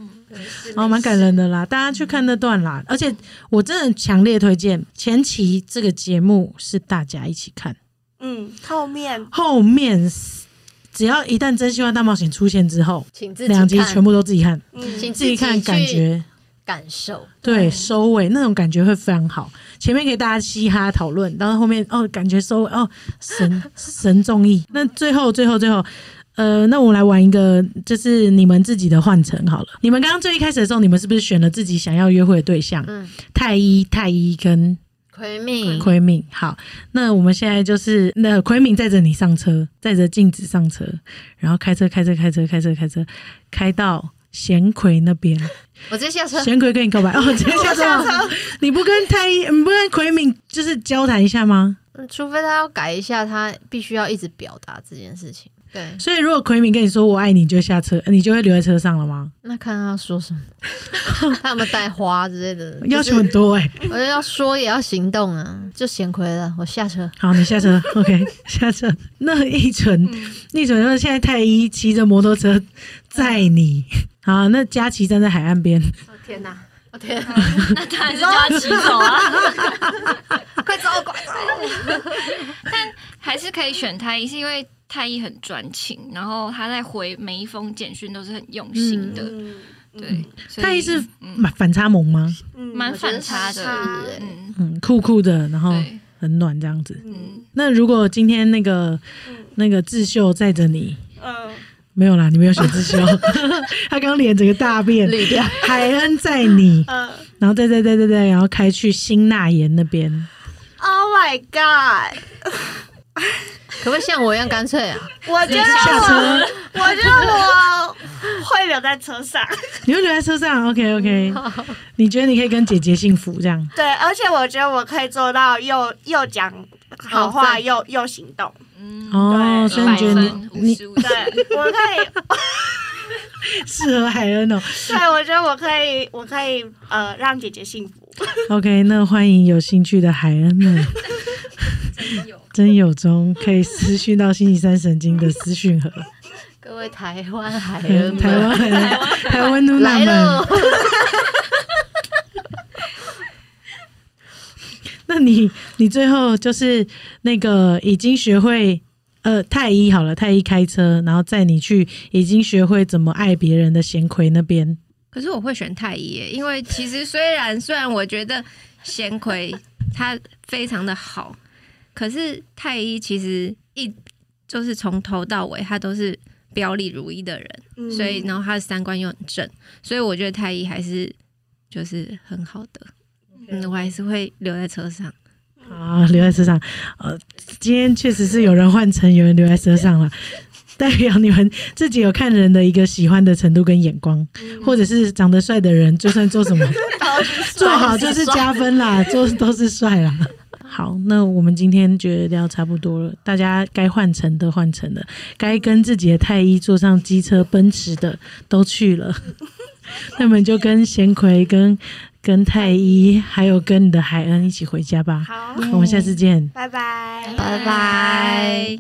Speaker 2: 哦，蛮感人的啦，大家去看那段啦。而且我真的强烈推荐前期这个节目是大家一起看，
Speaker 4: 嗯，后面
Speaker 2: 后面是只要一旦《真心话大冒险》出现之后，
Speaker 5: 请自己
Speaker 2: 两集全
Speaker 5: 部
Speaker 2: 部都自己看，
Speaker 5: 请
Speaker 4: 嗯
Speaker 2: 自己看感
Speaker 5: 去
Speaker 2: 觉，
Speaker 5: 感受，
Speaker 2: 对，收尾那种感觉会非常好。前面给大家嘻哈讨论，然后后面哦，感觉收尾哦， 神神中意。那最后最后最后，呃，那我们来玩一个，就是你们自己的换乘好了。你们刚刚最一开始的时候，你们是不是选了自己想要约会的对象？
Speaker 5: 嗯，
Speaker 2: 太一、太一跟
Speaker 5: 奎敏
Speaker 2: 奎敏。好，那我们现在就是那奎敏载着你上车，载着镜子上车，然后开车、开车、开车、开车、开车，开到贤奎那边。
Speaker 5: 我直接下车，
Speaker 2: 贤奎跟你告白哦，直接下车吗。你不跟太一，你不跟奎敏就是交谈一下吗？
Speaker 5: 嗯除非他要改一下，他必须要一直表达这件事情。对，
Speaker 2: 所以如果奎敏跟你说我爱你，你就下车，你就会留在车上了吗？
Speaker 5: 那看他要说 什么，他有没有带花之类的？
Speaker 2: 要求
Speaker 5: 就
Speaker 2: 很
Speaker 5: 是
Speaker 2: 多哎、
Speaker 5: 我就要说也要行动啊，就嫌亏了，我下车。
Speaker 2: 好，你下车，OK，下车。那一纯，一纯说现在太一骑着摩托车载你。好，那佳琪站在海岸边，
Speaker 5: 天哪！我天，
Speaker 6: 那当然是叫他骑走啊，
Speaker 5: 快走，快走！
Speaker 6: 还是可以选太一，是因为太一很专情，然后他在回每一封简讯都是很用心的，
Speaker 4: 嗯
Speaker 6: 对，所以
Speaker 2: 太一是
Speaker 6: 嗯
Speaker 2: 蛮反差萌吗？
Speaker 4: 嗯
Speaker 6: 蛮反差
Speaker 5: 是
Speaker 6: 的，
Speaker 5: 欸
Speaker 6: 嗯，
Speaker 2: 嗯，酷酷的，然后
Speaker 6: 对，
Speaker 2: 很暖这样子。
Speaker 6: 嗯，
Speaker 2: 那如果今天那个那个智秀载着你，
Speaker 4: 嗯
Speaker 2: 没有啦，你没有选智秀，他刚脸整个大变。
Speaker 5: 绿掉。
Speaker 2: 海恩载你，
Speaker 4: 嗯
Speaker 2: 然后再再再再再，然后开去新纳言那边。
Speaker 4: ，Oh my God！
Speaker 5: 可不可以像我一样干脆啊？
Speaker 4: 我觉得
Speaker 2: 下
Speaker 4: 我，
Speaker 2: 车，
Speaker 4: 我觉得我会留在车上。
Speaker 2: 你会留在车上？OK OK，你觉得你可以跟姐姐幸福这样？
Speaker 4: 对，而且我觉得我可以做到又又讲好
Speaker 3: 哦
Speaker 4: 话，
Speaker 3: 对
Speaker 4: 又又行动。
Speaker 6: 嗯，
Speaker 2: 哦，所以你觉得你
Speaker 6: 五十五，
Speaker 4: 对，我可以，
Speaker 2: 适合海恩哦。
Speaker 4: 对我觉得我可以，我可以呃让姐姐幸福。
Speaker 2: OK，那欢迎有兴趣的海恩们，真有中可以私讯到星期三神经的私讯盒，
Speaker 5: 各位台湾海
Speaker 2: 嗯
Speaker 5: 人
Speaker 2: 台
Speaker 5: 们
Speaker 2: 湾海恩台湾努娜
Speaker 5: 来
Speaker 2: 们
Speaker 5: 喽，，
Speaker 2: 那你你最后就是那个已经学会。呃，太医好了，太医开车，然后载你去已经学会怎么爱别人的贤奎那边。
Speaker 3: 可是我会选太医耶，因为其实虽然虽然我觉得贤奎他非常的好，可是太医其实一就是从头到尾他都是表里如一的人，
Speaker 4: 嗯
Speaker 3: 所以然后他的三观又很正，所以我觉得太医还是就是很好的，嗯，我还是会留在车上。
Speaker 2: 啊，留在车上。呃，今天确实是有人换乘，有人留在车上了，代表你们自己有看人的一个喜欢的程度跟眼光，或者是长得帅的人，就算做什 么做好嗯就是加分啦，做都是帅啦。好，那我们今天觉得聊差不多了，大家该换乘的换乘了，该跟自己的太医坐上机车奔驰的都去 了，那么就跟贤奎、跟跟太医，还有跟你的海恩一起回家吧。
Speaker 4: 好，
Speaker 2: 我们下次见。
Speaker 4: 拜拜。
Speaker 5: 拜拜。